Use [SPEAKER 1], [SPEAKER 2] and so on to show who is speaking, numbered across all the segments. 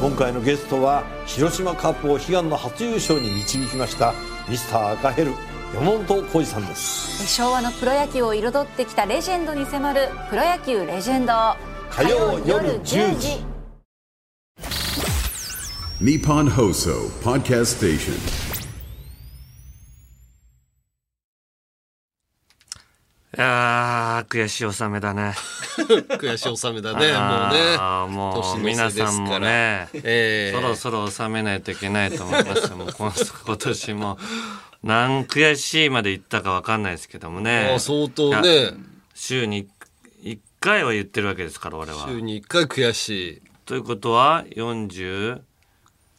[SPEAKER 1] 今回のゲストは広島カップを悲願の初優勝に導きましたミスター赤ヘル山本浩二さんです
[SPEAKER 2] 昭和のプロ野球を彩ってきたレジェンドに迫る「プロ野球レジェンド」
[SPEAKER 1] 火曜夜10時
[SPEAKER 3] Nippon Hoso Podcast Station.
[SPEAKER 4] あー悔しい納めだね。
[SPEAKER 5] 悔しい納めだね
[SPEAKER 4] あー
[SPEAKER 5] もうね
[SPEAKER 4] もう
[SPEAKER 5] 年の
[SPEAKER 4] 皆
[SPEAKER 5] 瀬で
[SPEAKER 4] さ
[SPEAKER 5] す
[SPEAKER 4] ん
[SPEAKER 5] か
[SPEAKER 4] も
[SPEAKER 5] ら、
[SPEAKER 4] ね、
[SPEAKER 5] ええ
[SPEAKER 4] そろそろ納めないといけないと思います よ。もうこの今年も何悔しいまで言ったかわかんないですけども
[SPEAKER 5] あ
[SPEAKER 4] ね
[SPEAKER 5] ー。相当
[SPEAKER 4] いや
[SPEAKER 5] ね
[SPEAKER 4] 週に一回は言ってるわけですから俺は。
[SPEAKER 5] 週に1回悔し
[SPEAKER 4] ということは40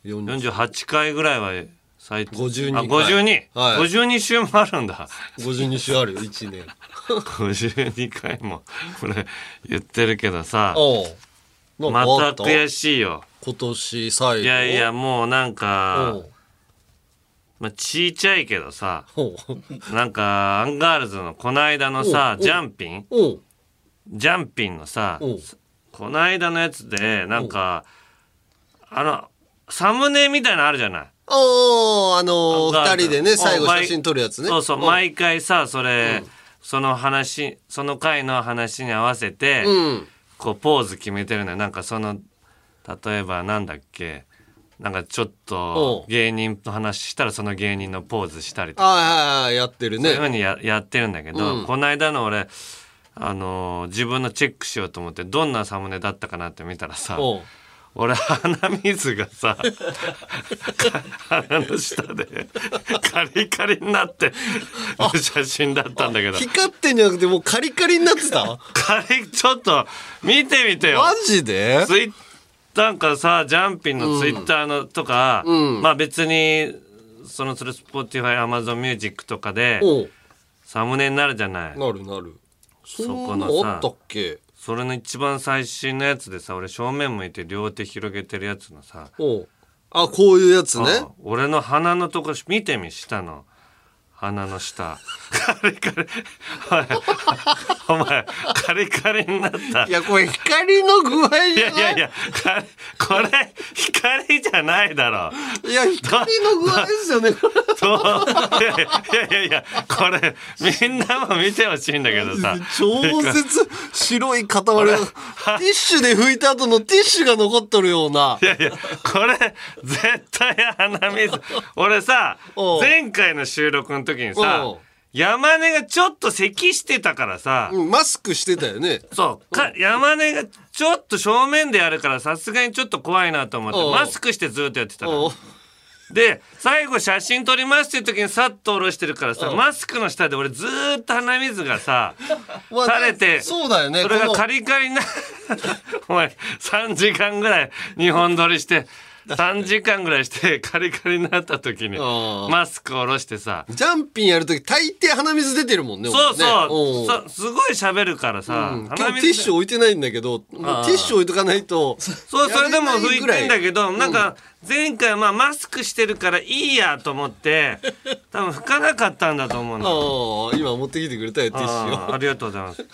[SPEAKER 5] い40
[SPEAKER 4] 48回ぐらいは最低
[SPEAKER 5] 52
[SPEAKER 4] あ52、
[SPEAKER 5] はい
[SPEAKER 4] 52週もあるんだ。
[SPEAKER 5] 52週あるよ1年
[SPEAKER 4] 52回もこれ言ってるけどさ、
[SPEAKER 5] おう
[SPEAKER 4] ま
[SPEAKER 5] な
[SPEAKER 4] た
[SPEAKER 5] んかあっ
[SPEAKER 4] 悔しいよ。
[SPEAKER 5] 今年最後
[SPEAKER 4] いやいやもうなん
[SPEAKER 5] お
[SPEAKER 4] か
[SPEAKER 5] う、
[SPEAKER 4] まあ、ちいちゃいけどさ
[SPEAKER 5] おう
[SPEAKER 4] なんかアンガールズのこの間のさ
[SPEAKER 5] おう
[SPEAKER 4] ジャンピン
[SPEAKER 5] おう
[SPEAKER 4] ジャンピンのさ
[SPEAKER 5] おう
[SPEAKER 4] この間のやつでなんかあのサムネみたいなのあるじゃない
[SPEAKER 5] おうあの
[SPEAKER 4] アンガー
[SPEAKER 5] ー、
[SPEAKER 4] ルズ
[SPEAKER 5] 2人でね最後
[SPEAKER 4] おう毎
[SPEAKER 5] 写真撮るやつね
[SPEAKER 4] そうそう
[SPEAKER 5] お
[SPEAKER 4] 毎回さそれその話その回の話に合わせて、
[SPEAKER 5] うん
[SPEAKER 4] こうポーズ決めてるのよなんかその例えばなんだっけなんかちょっと
[SPEAKER 5] おう
[SPEAKER 4] 芸人と話したらその芸人のポーズしたりとか
[SPEAKER 5] ああはいはいやってる
[SPEAKER 4] そういうふう
[SPEAKER 5] ね
[SPEAKER 4] にややってるんだけど、
[SPEAKER 5] うん
[SPEAKER 4] この間の俺あのー自分のチェックしようと思ってどんなサムネだったかなって見たらさ
[SPEAKER 5] おう
[SPEAKER 4] 俺鼻水がさか鼻の下でカリカリになってる写真だったんだけど
[SPEAKER 5] 光ってんじゃなくてもうカリカリになっ てた
[SPEAKER 4] カリちょっと見てみてよ
[SPEAKER 5] マジで
[SPEAKER 4] ツイッなんかさジャンピンのツイッターのとか、まあ別にそのそれ Spotify アマゾンミュージックとかで
[SPEAKER 5] おう
[SPEAKER 4] サムネになるじゃない
[SPEAKER 5] なるなるそ
[SPEAKER 4] こ
[SPEAKER 5] んな
[SPEAKER 4] のさ
[SPEAKER 5] のあったっけ
[SPEAKER 4] それの一番最新のやつでさ俺正面向いて両手広げてるやつのさ、
[SPEAKER 5] おうあこういうやつね
[SPEAKER 4] あ俺の鼻のとこ見てみ下の鼻の下カリカリおいお前カリカリになった
[SPEAKER 5] いやこれ光の具合じゃない
[SPEAKER 4] いやいやいやカリこれ光じゃないだろ
[SPEAKER 5] いや光の具合ですよねこれ
[SPEAKER 4] そういやいやいやいやこれみんなも見てほしいんだけどさ
[SPEAKER 5] 超絶白い塊がティッシュで拭いた後のティッシュが残っとるようない
[SPEAKER 4] やいや、これ、絶対鼻水。俺さ
[SPEAKER 5] お、う
[SPEAKER 4] 前回の収録の時にさ
[SPEAKER 5] おう、
[SPEAKER 4] 山根がちょっと咳してたからさ、
[SPEAKER 5] うんマスクしてたよね
[SPEAKER 4] そう、か、山根がちょっと正面でやるからさすがにちょっと怖いなと思って
[SPEAKER 5] お、う
[SPEAKER 4] マスクしてずっとやってたの
[SPEAKER 5] おう
[SPEAKER 4] で、最後写真撮りますっていう時にさっと下ろしてるからさ、マスクの下で俺ずーっと鼻水がさ、
[SPEAKER 5] まあ
[SPEAKER 4] 垂れて、
[SPEAKER 5] そうだよね
[SPEAKER 4] それ
[SPEAKER 5] こ
[SPEAKER 4] が
[SPEAKER 5] の
[SPEAKER 4] カリカリな お前3時間ぐらい日本撮りして3時間ぐらいしてカリカリになった時に
[SPEAKER 5] あー
[SPEAKER 4] マスク下ろしてさ
[SPEAKER 5] ジャンピンやるとき大抵鼻水出てるもんね
[SPEAKER 4] そう
[SPEAKER 5] 俺
[SPEAKER 4] そう
[SPEAKER 5] ね
[SPEAKER 4] んさすごい喋るからさ
[SPEAKER 5] うん今日
[SPEAKER 4] 鼻
[SPEAKER 5] ティッシ
[SPEAKER 4] 水
[SPEAKER 5] ュ置いてないんだけどもうティッシュ置いとかないと
[SPEAKER 4] そうそれでも
[SPEAKER 5] やれな
[SPEAKER 4] 拭い
[SPEAKER 5] ぐら
[SPEAKER 4] てんだけどなんか前回まあマスクしてるからいいやと思って多分拭かなかったんだと思うの
[SPEAKER 5] ああ今持ってきてくれたよティッシ
[SPEAKER 4] あ
[SPEAKER 5] ュ
[SPEAKER 4] ー
[SPEAKER 5] を
[SPEAKER 4] ありがとうございます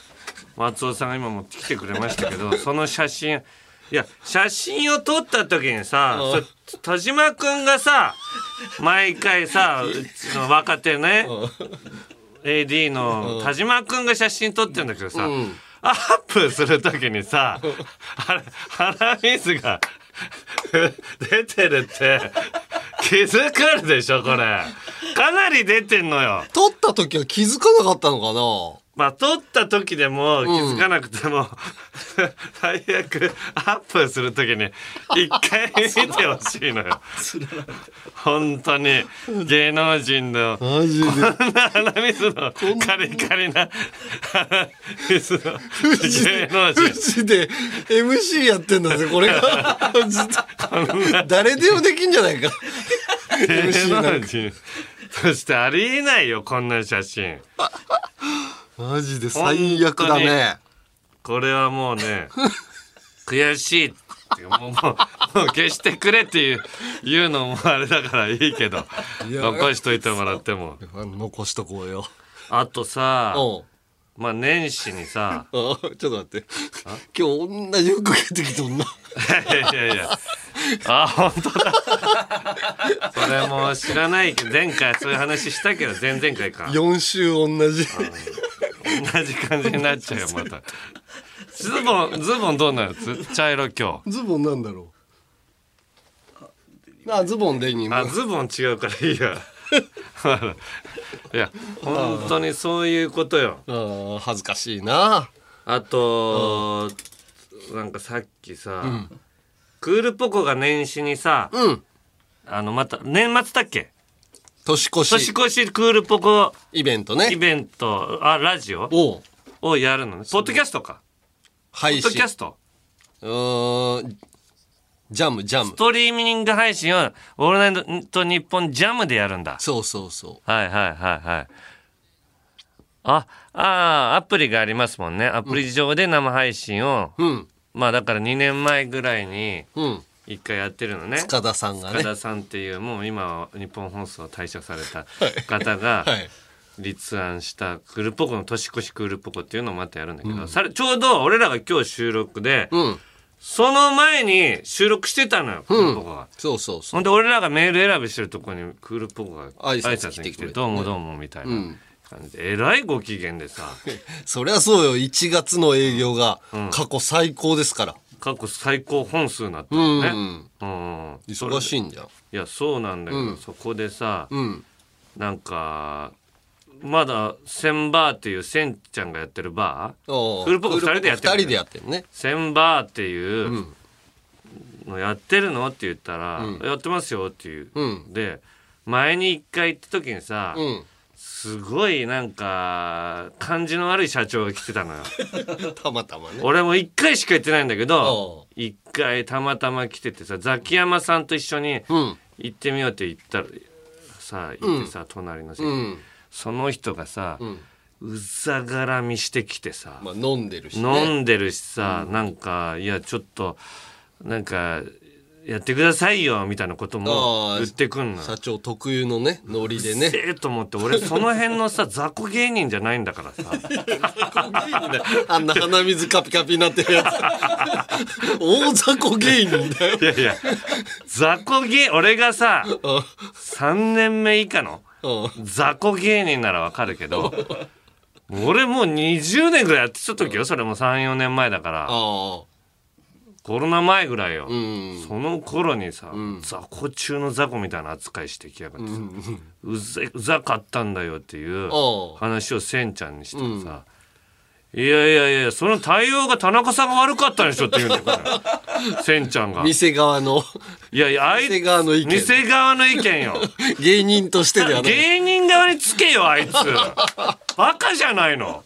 [SPEAKER 4] 松尾さんが今持ってきてくれましたけ どその写真いや写真を撮った時にさ
[SPEAKER 5] うん
[SPEAKER 4] そ田島君がさ毎回さうちの若手ね AD の田島君が写真撮ってるんだけどさ、
[SPEAKER 5] ん
[SPEAKER 4] アップする時にさあれ鼻水が 出てるって気づかるでしょこれかなり出てんのよ。
[SPEAKER 5] 取った時は気づかなかったのかな
[SPEAKER 4] まあ、撮った時でも気づかなくても、 最悪アップする時に一回見てほしいのよ。本当に芸能人のこ
[SPEAKER 5] マジで
[SPEAKER 4] んな鼻水のカリカリな鼻水の 芸能
[SPEAKER 5] 富
[SPEAKER 4] 人。
[SPEAKER 5] 士で MC やってんだぜこれがずっと誰でもできんじゃないか
[SPEAKER 4] 芸
[SPEAKER 5] MC な
[SPEAKER 4] 能
[SPEAKER 5] んか
[SPEAKER 4] 人。そしてありえないよ、こんな写真。
[SPEAKER 5] マジで最悪だね
[SPEAKER 4] これはもう ね悔しいっていうもうもうもう消してくれっていう言うのもあれだからいいけど
[SPEAKER 5] や
[SPEAKER 4] 残しといてもらっても
[SPEAKER 5] 残しとこうよ
[SPEAKER 4] あとさ
[SPEAKER 5] おう
[SPEAKER 4] まあ年始に さ
[SPEAKER 5] あちょっと待って今日同じ服着てきとんな
[SPEAKER 4] いやいやいやあ、本当だ。それも知らないけど、前回そういう話したけど、前々回か。
[SPEAKER 5] 4週同じ。
[SPEAKER 4] 同じ感じになっちゃうよ、また。ズボン、ズボンどうなるつ茶色今日。
[SPEAKER 5] ズボンなんだろう。あ、ズボンデニム。
[SPEAKER 4] あ、ズボン違うからいいや。 いや、本当にそういうことよ。
[SPEAKER 5] ああ恥ずかしいな
[SPEAKER 4] あと、なんかさっきさ、クールポコが年始にさ、
[SPEAKER 5] うん
[SPEAKER 4] あの、また、年末だっけ
[SPEAKER 5] 年越し
[SPEAKER 4] 年越しクールポコ
[SPEAKER 5] イベントね
[SPEAKER 4] イベント、あ、ラジオ
[SPEAKER 5] を
[SPEAKER 4] をやるのね。ポッドキャストか。ポ
[SPEAKER 5] 配
[SPEAKER 4] ッド
[SPEAKER 5] 信
[SPEAKER 4] キャスト。
[SPEAKER 5] うーんジャムジャム
[SPEAKER 4] ストリーミング配信を、オールナイトニッポンジャムでやるんだ。
[SPEAKER 5] そうそうそ
[SPEAKER 4] はいはいはいはい。あ、ああ、アプリがありますもんね。アプリ上で生配信を、
[SPEAKER 5] ううん
[SPEAKER 4] まあだから2年前ぐらいに
[SPEAKER 5] うん
[SPEAKER 4] 一回やってるのね。
[SPEAKER 5] 塚田さんが
[SPEAKER 4] 深
[SPEAKER 5] ね
[SPEAKER 4] 田さんっていうもう今は日本放送を退社された方が
[SPEAKER 5] はい
[SPEAKER 4] 立案したクールポコの年越しクールポコっていうのをまたやるんだけど、されちょうど俺らが今日収録で、
[SPEAKER 5] うん
[SPEAKER 4] その前に収録してたのよ、クールポコが。
[SPEAKER 5] そうそうそ
[SPEAKER 4] ほ
[SPEAKER 5] う
[SPEAKER 4] んで俺らがメール選びしてるとこにクールポコが挨
[SPEAKER 5] 挨拶
[SPEAKER 4] 拶に来て「どうもどうも」みたいな感じでえらいご機嫌で さ
[SPEAKER 5] そりゃそうよ1月の営業が過去最高ですから
[SPEAKER 4] 過去最高本数になったのね。うん
[SPEAKER 5] 忙しいんじゃん
[SPEAKER 4] いやそうなんだけど、そこでさ、
[SPEAKER 5] うん
[SPEAKER 4] なんかまだセンバーっていうセンちゃんがやってるバー
[SPEAKER 5] おう
[SPEAKER 4] クールポコ二人でやってる
[SPEAKER 5] 二人でやってるね
[SPEAKER 4] センバーっていうのやってるのって言ったら、やってますよっていう、
[SPEAKER 5] うん
[SPEAKER 4] で前に一回行った時にさ、
[SPEAKER 5] うん
[SPEAKER 4] すごいなんか感じの悪い社長が来てたのよ
[SPEAKER 5] たまたまね
[SPEAKER 4] 俺も一回しか行ってないんだけど一回たまたま来ててさザキヤマさんと一緒に
[SPEAKER 5] うん
[SPEAKER 4] 行ってみようって言ったらさ行ってさ、隣の席、
[SPEAKER 5] うん
[SPEAKER 4] その人がさ、うざがらみしてきてさ、
[SPEAKER 5] まあ飲んでるしね
[SPEAKER 4] 飲んでるしさ、なんかいやちょっとなんかやってくださいよみたいなことも
[SPEAKER 5] あー
[SPEAKER 4] 言ってくんの。
[SPEAKER 5] 社長特有のねノリでね
[SPEAKER 4] せえと思って俺その辺の さ雑魚芸人じゃないんだからさ
[SPEAKER 5] あんな鼻水カピカピになってるやつ。大雑魚芸人 だよ。
[SPEAKER 4] いやいや雑魚芸俺がさ3年目以下の
[SPEAKER 5] うん
[SPEAKER 4] 雑魚芸人ならわかるけ ど俺もう20年ぐらいやってた時よそれも34年前だから。
[SPEAKER 5] ああ。
[SPEAKER 4] コロナ前ぐらいよ、
[SPEAKER 5] ん
[SPEAKER 4] その頃にさ、雑魚中の雑魚みたいな扱いしてきやがってさ、うぜうざかったんだよっていう
[SPEAKER 5] ああ
[SPEAKER 4] 話をせんちゃんにしてさ、いやいやいやその対応が田中さんが悪かったでしょって言うんだよこ れせんちゃんがい
[SPEAKER 5] 店側の
[SPEAKER 4] やいやあい
[SPEAKER 5] 店側の意見
[SPEAKER 4] 店側の意見よ
[SPEAKER 5] 芸人としてではない。
[SPEAKER 4] 芸人側につけよあいつバカじゃないの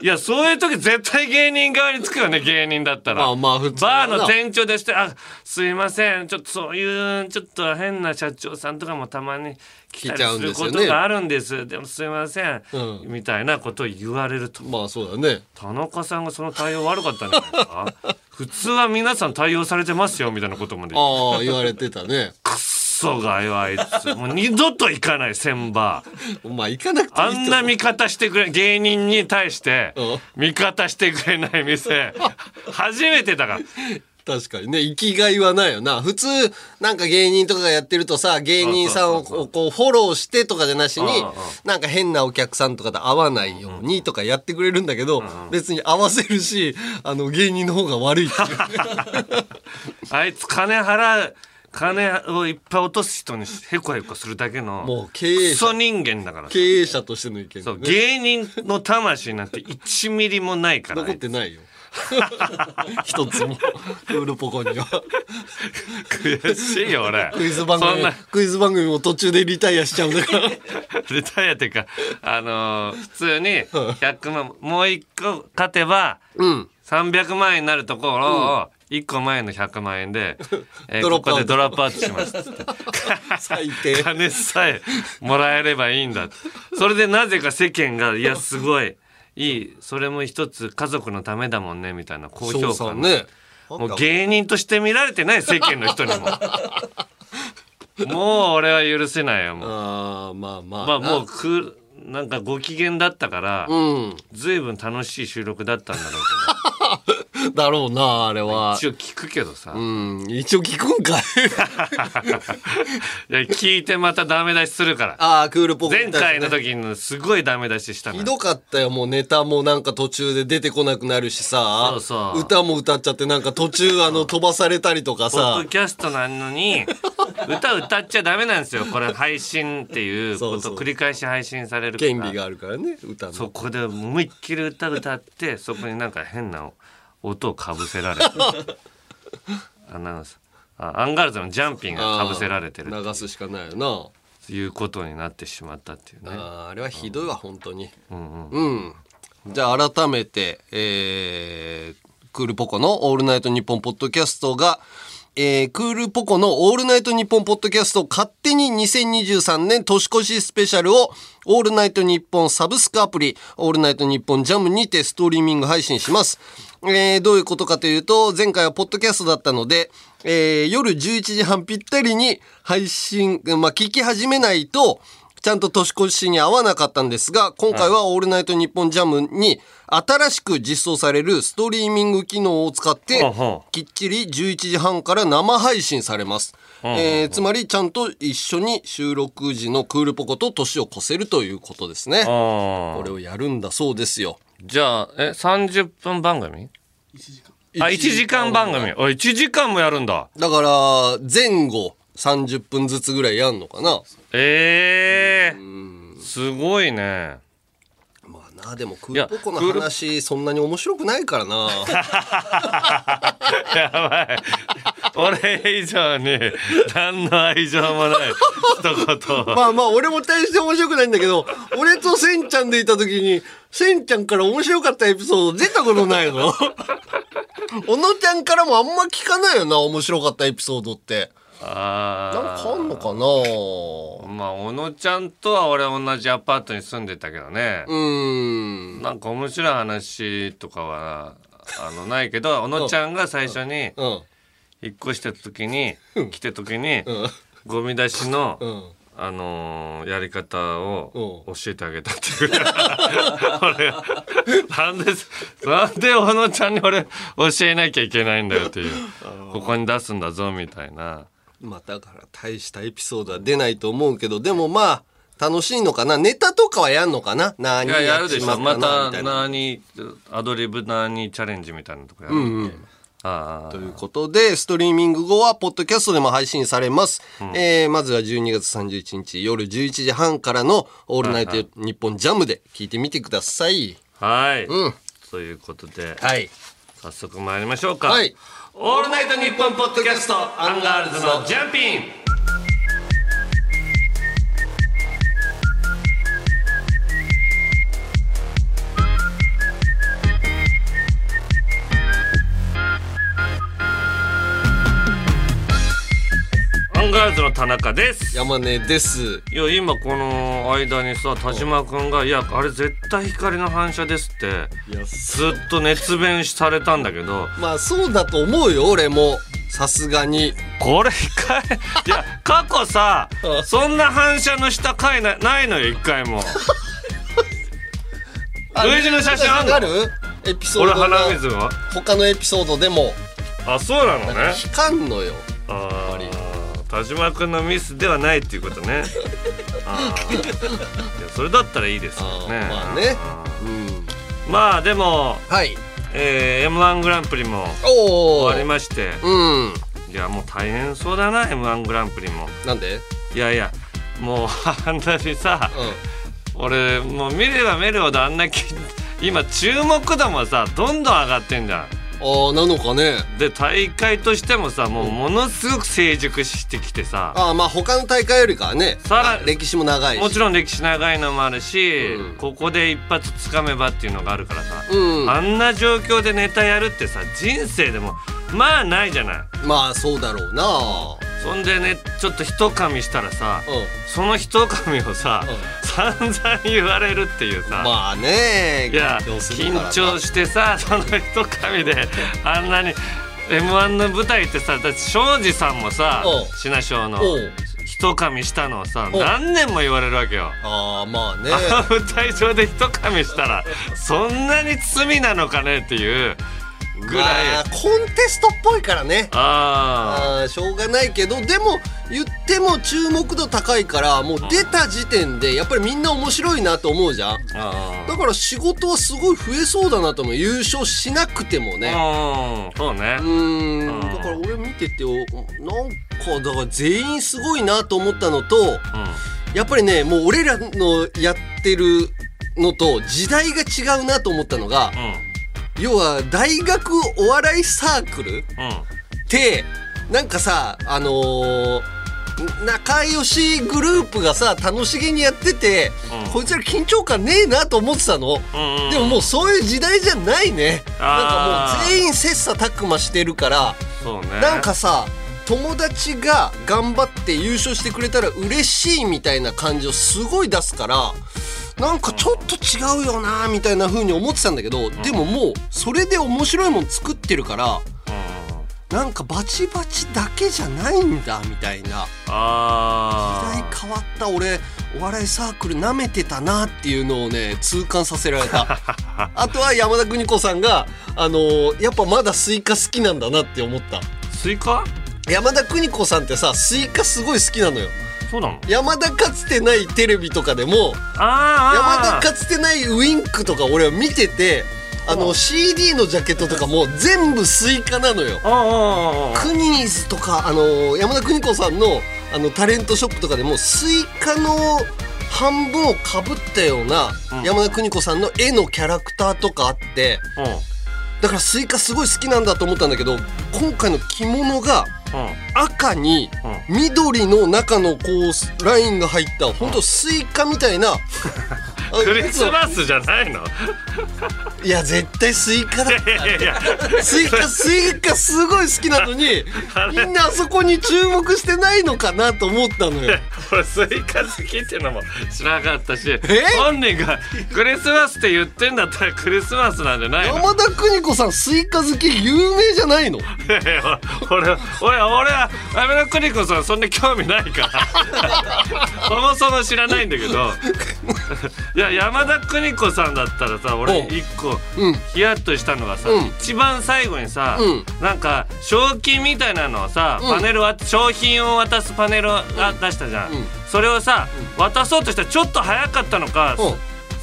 [SPEAKER 4] いやそういう時絶対芸人側につくよね芸人だったら
[SPEAKER 5] まあまあ普通
[SPEAKER 4] バ
[SPEAKER 5] だな
[SPEAKER 4] ーの店長でして、あ、すいません、ちょっとそういう、ちょっと変な社長さんとかもたまに来たりするこ
[SPEAKER 5] 来ちゃうんです
[SPEAKER 4] と
[SPEAKER 5] よね
[SPEAKER 4] があるんです。でもすいません,、
[SPEAKER 5] う
[SPEAKER 4] みたいなことを言われると。
[SPEAKER 5] まあそうだね。
[SPEAKER 4] 田中さんがその対応悪かったんじゃないですか 普通は皆さん対応されてますよ、みたいなことまで言う。
[SPEAKER 5] ああ、言われてたね。
[SPEAKER 4] クソがよ、あいつ。もう二度と行かない、千バー。
[SPEAKER 5] まあ行かなくてい
[SPEAKER 4] あ
[SPEAKER 5] いと思うん
[SPEAKER 4] な見方してくれ、芸人に対して
[SPEAKER 5] うん、
[SPEAKER 4] 味方してくれない店、初めてだから。
[SPEAKER 5] 確かにね、生きがいはないよな。普通、なんか芸人とかがやってるとさ、芸人さんをこうこうフォローしてとかじゃなしに
[SPEAKER 4] うんうん、
[SPEAKER 5] なんか変なお客さんとかと会わないようにとかやってくれるんだけど、別に合わせるし、あの芸人の方が悪いっていう。
[SPEAKER 4] あいつ金払う金をいっぱい落とす人にへこへこするだけの
[SPEAKER 5] もう経営
[SPEAKER 4] ク
[SPEAKER 5] 者
[SPEAKER 4] ソ、人間だから
[SPEAKER 5] 経営者としての意見
[SPEAKER 4] そ
[SPEAKER 5] だ
[SPEAKER 4] う
[SPEAKER 5] ね
[SPEAKER 4] 芸人の魂なんて1ミリもないから
[SPEAKER 5] 残ってないよ。 一つも。クールポコには。
[SPEAKER 4] 悔しいよ俺
[SPEAKER 5] クイズ番組
[SPEAKER 4] そんな、
[SPEAKER 5] クイズ番組も途中でリタイアしちゃうんだから。
[SPEAKER 4] リタイアっていうかあのー普通に100万もう1個勝てば
[SPEAKER 5] うん。
[SPEAKER 4] 300万円になるところを1個前の100万円 で、えー
[SPEAKER 5] ドロ
[SPEAKER 4] こ
[SPEAKER 5] ップア
[SPEAKER 4] こ
[SPEAKER 5] ウ
[SPEAKER 4] で
[SPEAKER 5] ト
[SPEAKER 4] ドロップアウトしますっつって
[SPEAKER 5] 最低。
[SPEAKER 4] 金さえもらえればいいんだそれでなぜか世間がいやすごいいいそれも一つ家族のためだもんねみたいな高評
[SPEAKER 5] 翔
[SPEAKER 4] 価
[SPEAKER 5] さ
[SPEAKER 4] の
[SPEAKER 5] んね。
[SPEAKER 4] もう芸人として見られてない世間の人 にももう俺は許せないよもう
[SPEAKER 5] ああ、まあまあ。
[SPEAKER 4] まあもうくなんかご機嫌だったから
[SPEAKER 5] うん。
[SPEAKER 4] 随分楽しい収録だったんだろう
[SPEAKER 5] だろうな、あれは。
[SPEAKER 4] 一応聞くけどさ、い
[SPEAKER 5] うん、一応聞くん かい
[SPEAKER 4] や聞いてまたダメ出しするから
[SPEAKER 5] ああ、クールポコ。
[SPEAKER 4] 前回の。時にすごいダメ出ししたか
[SPEAKER 5] ひ
[SPEAKER 4] ら
[SPEAKER 5] どかったよ、もうネタもなんか途中で出てこなくなるしさ。
[SPEAKER 4] そうそう
[SPEAKER 5] 歌も歌っちゃってなんか途中あの飛ばされたりとか
[SPEAKER 4] ポッ
[SPEAKER 5] さ
[SPEAKER 4] ド。キャストなの に歌歌っちゃダメなんですよこれ配信っていうこ
[SPEAKER 5] そうそ
[SPEAKER 4] と
[SPEAKER 5] う
[SPEAKER 4] 繰り返し配信されるから
[SPEAKER 5] 権利があるからね、歌の。
[SPEAKER 4] そこで思いっきり歌歌ってそこになんか変な音をかぶせら れてアナウンサーあアンガールズのジャンピンがかぶせられてる
[SPEAKER 5] ああ流すしかないよな。
[SPEAKER 4] ということになってしまったっていうね
[SPEAKER 5] あーあれはひどいわ本当にうん、じゃあ改めてえークールポコの「オールナイトニッポン」ポッドキャストが、えークールポコの「オールナイトニッポン」ポッドキャストを勝手に2023年年越しスペシャルを「オールナイトニッポン」サブスクアプリ「オールナイトニッポンジャムにてストリーミング配信しますえーどういうことかというと前回はポッドキャストだったので、えー夜11時半ぴったりに配信、まあ、聞き始めないとちゃんと年越しに合わなかったんですが、今回はオールナイトニッポンジャムに新しく実装されるストリーミング機能を使って
[SPEAKER 4] ほうほ、
[SPEAKER 5] きっちり11時半から生配信されます。えーつまりちゃんと一緒に収録時のクールポコと年を越せるということですね。こ
[SPEAKER 4] あ
[SPEAKER 5] れをやるんだそうですよ。
[SPEAKER 4] じゃあえ30分番組あ1時間番組あ1時間もやるんだ
[SPEAKER 5] だから、前後30分ずつぐらいやんのかな。
[SPEAKER 4] ええすごいね
[SPEAKER 5] まあな、でもクールポコの話そんなに面白くないからな。
[SPEAKER 4] 俺以上に何の愛情もない一言を
[SPEAKER 5] まあまあ、俺も大して面白くないんだけど、俺とせんちゃんでいた時に、せんちゃんから面白かったエピソード出たことな いの小野ちゃんからもあんま聞かないよな、面白かったエピソードって。
[SPEAKER 4] あ
[SPEAKER 5] なんかあんのかな
[SPEAKER 4] ーまあ小野ちゃんとは俺同じアパートに住んでたけどね、
[SPEAKER 5] うーん。
[SPEAKER 4] なんか面白い話とかはあのないけど小野ちゃんが最初に
[SPEAKER 5] うん。
[SPEAKER 4] 引っ越してた時に来てた時にゴミ出しの、
[SPEAKER 5] うん。
[SPEAKER 4] あのーやり方を
[SPEAKER 5] う
[SPEAKER 4] 教えてあげたっていう 俺がなんですなんで小野ちゃんに俺教えなきゃいけないんだよっていうここに出すんだぞみたいな
[SPEAKER 5] まあだから大したエピソードは出ないと思うけど、でもまあ、楽しいのかなネタとかはやんのかな何
[SPEAKER 4] いややるで
[SPEAKER 5] っ
[SPEAKER 4] し
[SPEAKER 5] ち
[SPEAKER 4] ょ
[SPEAKER 5] まったな
[SPEAKER 4] また
[SPEAKER 5] みたいな
[SPEAKER 4] 何アドリブ何チャレンジみたいなとこやるみたいなああ
[SPEAKER 5] ということで、ストリーミング後は、ポッドキャストでも配信されます。えーまずは12月31日夜11時半からの、オールナイト日本ジャムで聞いてみてください。
[SPEAKER 4] はい、
[SPEAKER 5] うん
[SPEAKER 4] ということで
[SPEAKER 5] はい。
[SPEAKER 4] 早速参りましょうか、
[SPEAKER 5] はい
[SPEAKER 4] オールナイトニッポンポッドキャストアンガールズのジャンピンアンガールズの田中です
[SPEAKER 5] 山根です。
[SPEAKER 4] いや今この間にさ田島君が「いやあれ絶対光の反射です」ってずっと熱弁されたんだけど
[SPEAKER 5] まあ、そうだと思うよ、俺も。さすがに。
[SPEAKER 4] これ一回い や過去さ
[SPEAKER 5] うん
[SPEAKER 4] そんな反射のした回なないのよ一回も類似の写真あんの
[SPEAKER 5] あるエピソー
[SPEAKER 4] 俺
[SPEAKER 5] ドが
[SPEAKER 4] 鼻水は
[SPEAKER 5] 他のエピソードでも、
[SPEAKER 4] あそうなのね
[SPEAKER 5] 聞かんのよ。
[SPEAKER 4] あー田島君のミスではないっていうことねあ ーいやそれだったらいいです
[SPEAKER 5] あ
[SPEAKER 4] よ
[SPEAKER 5] ー
[SPEAKER 4] ね
[SPEAKER 5] まあね。うん。
[SPEAKER 4] まあでも、
[SPEAKER 5] はい。
[SPEAKER 4] えー、m 1グランプリも
[SPEAKER 5] お
[SPEAKER 4] 終わり
[SPEAKER 5] ー。
[SPEAKER 4] まして
[SPEAKER 5] うん。
[SPEAKER 4] いやもう大変そうだな m 1グランプリも
[SPEAKER 5] なんで
[SPEAKER 4] いやいやもうあんなにさ
[SPEAKER 5] うん。
[SPEAKER 4] 俺もう見れば見るほどあんなき 今注目度もさどんどん上がってんじゃ
[SPEAKER 5] ああ、なのかね。
[SPEAKER 4] んで大会としてもさもうものすごく成熟してきてさ
[SPEAKER 5] ああまあ他の大会よりかはね
[SPEAKER 4] さら
[SPEAKER 5] 歴史も長いし
[SPEAKER 4] もちろん歴史長いのもあるし、
[SPEAKER 5] うん
[SPEAKER 4] ここで一発つかめばっていうのがあるからさ、
[SPEAKER 5] うん
[SPEAKER 4] あんな状況でネタやるってさ人生でもまあないじゃない
[SPEAKER 5] まあそうだろうな
[SPEAKER 4] そんでねちょっと一噛みしたらさ、
[SPEAKER 5] うん
[SPEAKER 4] その一噛みをさ、
[SPEAKER 5] う
[SPEAKER 4] 散々言われるっていうさ、
[SPEAKER 5] まあね
[SPEAKER 4] いや
[SPEAKER 5] 緊張する
[SPEAKER 4] 緊
[SPEAKER 5] からな
[SPEAKER 4] 張してさ その一紙であんなに m 1の舞台ってさだって庄司さんもさ
[SPEAKER 5] おう
[SPEAKER 4] 品賞の
[SPEAKER 5] おう
[SPEAKER 4] 一紙したのをさ
[SPEAKER 5] おう
[SPEAKER 4] 何年も言われるわけよ。
[SPEAKER 5] ああまあね
[SPEAKER 4] あの舞台上で一紙したらそんなに罪なのかねっていう ぐらい
[SPEAKER 5] まあコンテストっぽいからね
[SPEAKER 4] あ
[SPEAKER 5] あーしょうがないけどでも言っても注目度高いからもう出た時点でやっぱりみんな面白いなと思うじゃん
[SPEAKER 4] ーあ
[SPEAKER 5] だから仕事はすごい増えそうだなと思う優勝しなくてもね
[SPEAKER 4] ーうんそうね
[SPEAKER 5] うー
[SPEAKER 4] うん
[SPEAKER 5] んだから俺見てておなんかだから全員すごいなと思ったのとやっぱりねもう俺らのやってるのと時代が違うなと思ったのが
[SPEAKER 4] うん
[SPEAKER 5] 要は大学お笑いサークル
[SPEAKER 4] うんうん
[SPEAKER 5] ってなんかさあのー仲良しグループがさ楽しげにやってて、
[SPEAKER 4] うん
[SPEAKER 5] こいつら緊張感ねえなと思ってたの。
[SPEAKER 4] うんうん
[SPEAKER 5] でももうそういう時代じゃないねなん
[SPEAKER 4] あー
[SPEAKER 5] かもう全員切磋琢磨してるから
[SPEAKER 4] そうね
[SPEAKER 5] なんかさ友達が頑張って優勝してくれたら嬉しいみたいな感じをすごい出すからなんかちょっと違うよなみたいな風に思ってたんだけどでももうそれで面白いもん作ってるから
[SPEAKER 4] うんうん
[SPEAKER 5] なんかバチバチだけじゃないんだみたいな時代
[SPEAKER 4] あ
[SPEAKER 5] 変わった俺お笑いサークル舐めてたなっていうのをね痛感させられたあとは山田邦子さんがあのーやっぱまだスイカ好きなんだなって思った
[SPEAKER 4] ースイカ
[SPEAKER 5] 山田邦子さんってさスイカすごい好きなのよ
[SPEAKER 4] そうなの
[SPEAKER 5] 山田かつてないテレビとかでも山
[SPEAKER 4] あーあ
[SPEAKER 5] 田かつてないウインクとか俺は見ててあの CD のジャケットとかも全部スイカなのよ
[SPEAKER 4] ああ
[SPEAKER 5] クニーズとかあの山田邦子さんのあのタレントショップとかでもスイカの半分をかぶったような
[SPEAKER 4] うん
[SPEAKER 5] 山田邦子さんの絵のキャラクターとかあって
[SPEAKER 4] うんうん
[SPEAKER 5] だからスイカすごい好きなんだと思ったんだけど今回の着物が赤に
[SPEAKER 4] う
[SPEAKER 5] 緑の中のこうラインが入った本当スイカみ たいなあ
[SPEAKER 4] クリスマスじゃないの
[SPEAKER 5] いや絶対スイカだった
[SPEAKER 4] いやいや
[SPEAKER 5] スイ カスイカすごい好きなのにみんなあそこに注目してないのかなと思ったのよ。
[SPEAKER 4] 俺スイカ好きってのも知らなかったし
[SPEAKER 5] え
[SPEAKER 4] 本人がクリスマスって言ってんだったらクリスマスなんじゃないの
[SPEAKER 5] 山田邦子さんスイカ好き有名じゃない の
[SPEAKER 4] いやいや俺俺俺は安倍邦子さんそんな興味ない からそもそも知らないんだけどいや山田邦子さんだったらさ俺
[SPEAKER 5] おう
[SPEAKER 4] 一個
[SPEAKER 5] うん
[SPEAKER 4] ヒヤッとしたのがさ、
[SPEAKER 5] うん
[SPEAKER 4] 一番最後にさ、
[SPEAKER 5] うん
[SPEAKER 4] なんか賞金みたいなのをさ、
[SPEAKER 5] うん
[SPEAKER 4] パネルは商品を渡すパネルを、あ出したじゃん、
[SPEAKER 5] うん
[SPEAKER 4] それをさ、渡そうとしたらちょっと早かったのか、
[SPEAKER 5] うん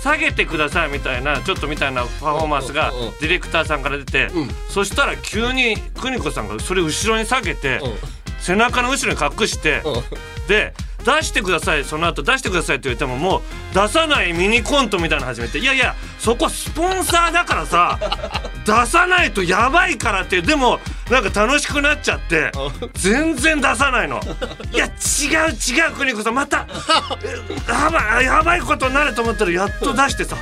[SPEAKER 4] 下げてくださいみたいなちょっとみたいなパフォーマンスが
[SPEAKER 5] うんうんうん
[SPEAKER 4] ディレクターさんから出て、
[SPEAKER 5] うん
[SPEAKER 4] そしたら急に邦子さんがそれ後ろに下げて、背中の後ろに隠して、で出してくださいその後出してくださいって言ってももう出さないミニコントみたいなの始めていやいやそこスポンサーだからさ出さないとやばいからってでもなんか楽しくなっちゃって全然出さないのいや違う違う邦子さんまたえやばいやばいことになると思ったらやっと出してさ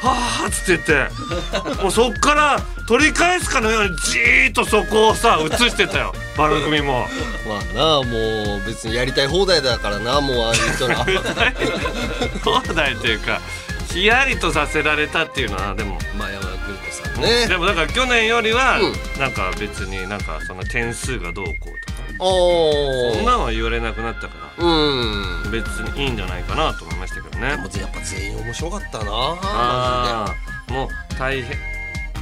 [SPEAKER 4] はあっつって言ってもうそっから取り返すかのようにじーっとそこをさ映してたよ番組も。
[SPEAKER 5] まあなあもう別にやりたい放題だからなもうああいう 人ら
[SPEAKER 4] そうだいというかひやりとさせられたっていうのはでも
[SPEAKER 5] まあ山田邦子さんね
[SPEAKER 4] でもだから去年よりは、
[SPEAKER 5] う
[SPEAKER 4] なんか別になんかその点数がどうこうとかそん
[SPEAKER 5] お
[SPEAKER 4] なのは言われなくなったか
[SPEAKER 5] うん
[SPEAKER 4] ら別にいいんじゃないかなと思いましたけどね
[SPEAKER 5] でもやっぱ全員面白かったな
[SPEAKER 4] ああもう大変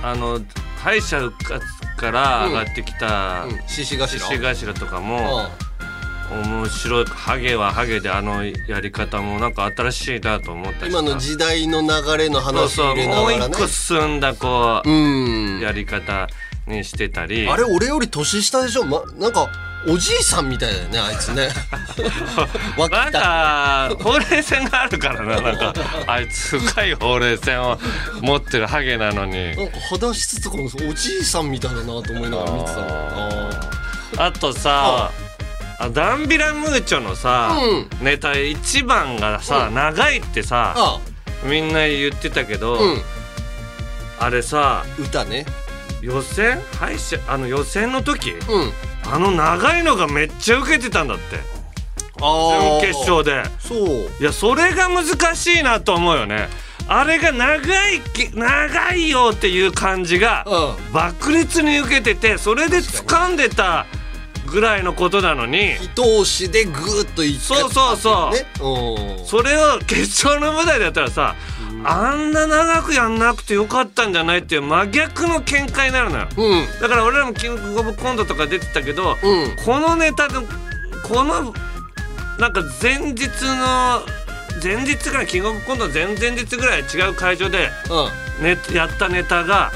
[SPEAKER 4] あの敗者復活から上がってきた
[SPEAKER 5] マジでうん獅子頭
[SPEAKER 4] 獅子頭とかも、
[SPEAKER 5] うん
[SPEAKER 4] 面白いハゲはハゲであのやり方もなんか新しいなと思ったしさ
[SPEAKER 5] 今の時代の流れの
[SPEAKER 4] そう
[SPEAKER 5] 話
[SPEAKER 4] そ
[SPEAKER 5] 入
[SPEAKER 4] う
[SPEAKER 5] れな
[SPEAKER 4] もう
[SPEAKER 5] がら
[SPEAKER 4] 一
[SPEAKER 5] ね
[SPEAKER 4] 個進んだこう、
[SPEAKER 5] うん
[SPEAKER 4] やり方にしてたり
[SPEAKER 5] あれ俺より年下でしょ、ま、なんかおじいさんみたいだよねあいつ ねわ
[SPEAKER 4] なん
[SPEAKER 5] た
[SPEAKER 4] かほうれい線があるからななん かあいつ深いほうれい線を持ってるハゲなのに
[SPEAKER 5] なんか話しつつこのおじいさんみたいだなと思いながら見てたもんあ
[SPEAKER 4] あとさあダンビラムーチョのさ、
[SPEAKER 5] う
[SPEAKER 4] ネタ一番がさ、長いってさ
[SPEAKER 5] あ
[SPEAKER 4] みんな言ってたけど、
[SPEAKER 5] う
[SPEAKER 4] あれさ
[SPEAKER 5] ん歌ね
[SPEAKER 4] 予選敗者あの予選の時
[SPEAKER 5] うん
[SPEAKER 4] あの長いのがめっちゃ受けてたんだって
[SPEAKER 5] あ
[SPEAKER 4] 準
[SPEAKER 5] あ
[SPEAKER 4] 決勝で。
[SPEAKER 5] そう
[SPEAKER 4] いやそれが難しいなと思うよねあれが長いき長いよっていう感じが
[SPEAKER 5] う
[SPEAKER 4] 爆裂に受けててそれで掴んでたぐらいのことなのに
[SPEAKER 5] ん一押しでグーッといった
[SPEAKER 4] そうそうそう
[SPEAKER 5] ねうん
[SPEAKER 4] それを決勝の舞台でやったらさあんな長くやんなくてよかったんじゃないっていう真逆の見解になるのよ、
[SPEAKER 5] うん
[SPEAKER 4] だから俺らもキングオブコントとか出てたけど、
[SPEAKER 5] うん
[SPEAKER 4] このネタのこのなんか前日の前日からいキングオブコントの前々日ぐらい違う会場で、
[SPEAKER 5] うんうん
[SPEAKER 4] ね、やったネタが、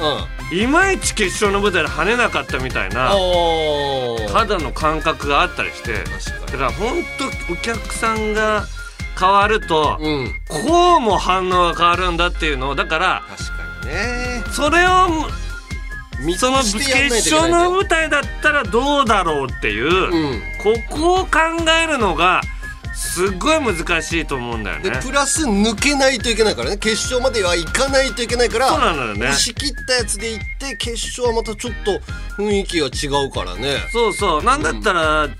[SPEAKER 4] いまいち決勝の舞台で跳ねなかったみたいな
[SPEAKER 5] おー
[SPEAKER 4] 肌の感覚があったりして
[SPEAKER 5] 確
[SPEAKER 4] だから本当お客さんが変わると、
[SPEAKER 5] にうん
[SPEAKER 4] こうも反応が変わるんだっていうのをだから
[SPEAKER 5] 確かにね
[SPEAKER 4] それを
[SPEAKER 5] 見
[SPEAKER 4] その
[SPEAKER 5] つ
[SPEAKER 4] 決
[SPEAKER 5] けてやんないといけな
[SPEAKER 4] 勝
[SPEAKER 5] いんだよ
[SPEAKER 4] の舞台だったらどうだろうっていう、
[SPEAKER 5] うん
[SPEAKER 4] ここを考えるのがすっごい難しいと思うんだよ
[SPEAKER 5] で
[SPEAKER 4] ね。
[SPEAKER 5] プラス抜けないといけないからね決勝までは行かないといけないから
[SPEAKER 4] そうなのよね
[SPEAKER 5] 押し切ったやつで行って決勝はまたちょっと雰囲気が違うからね
[SPEAKER 4] そうそうなんだったら、準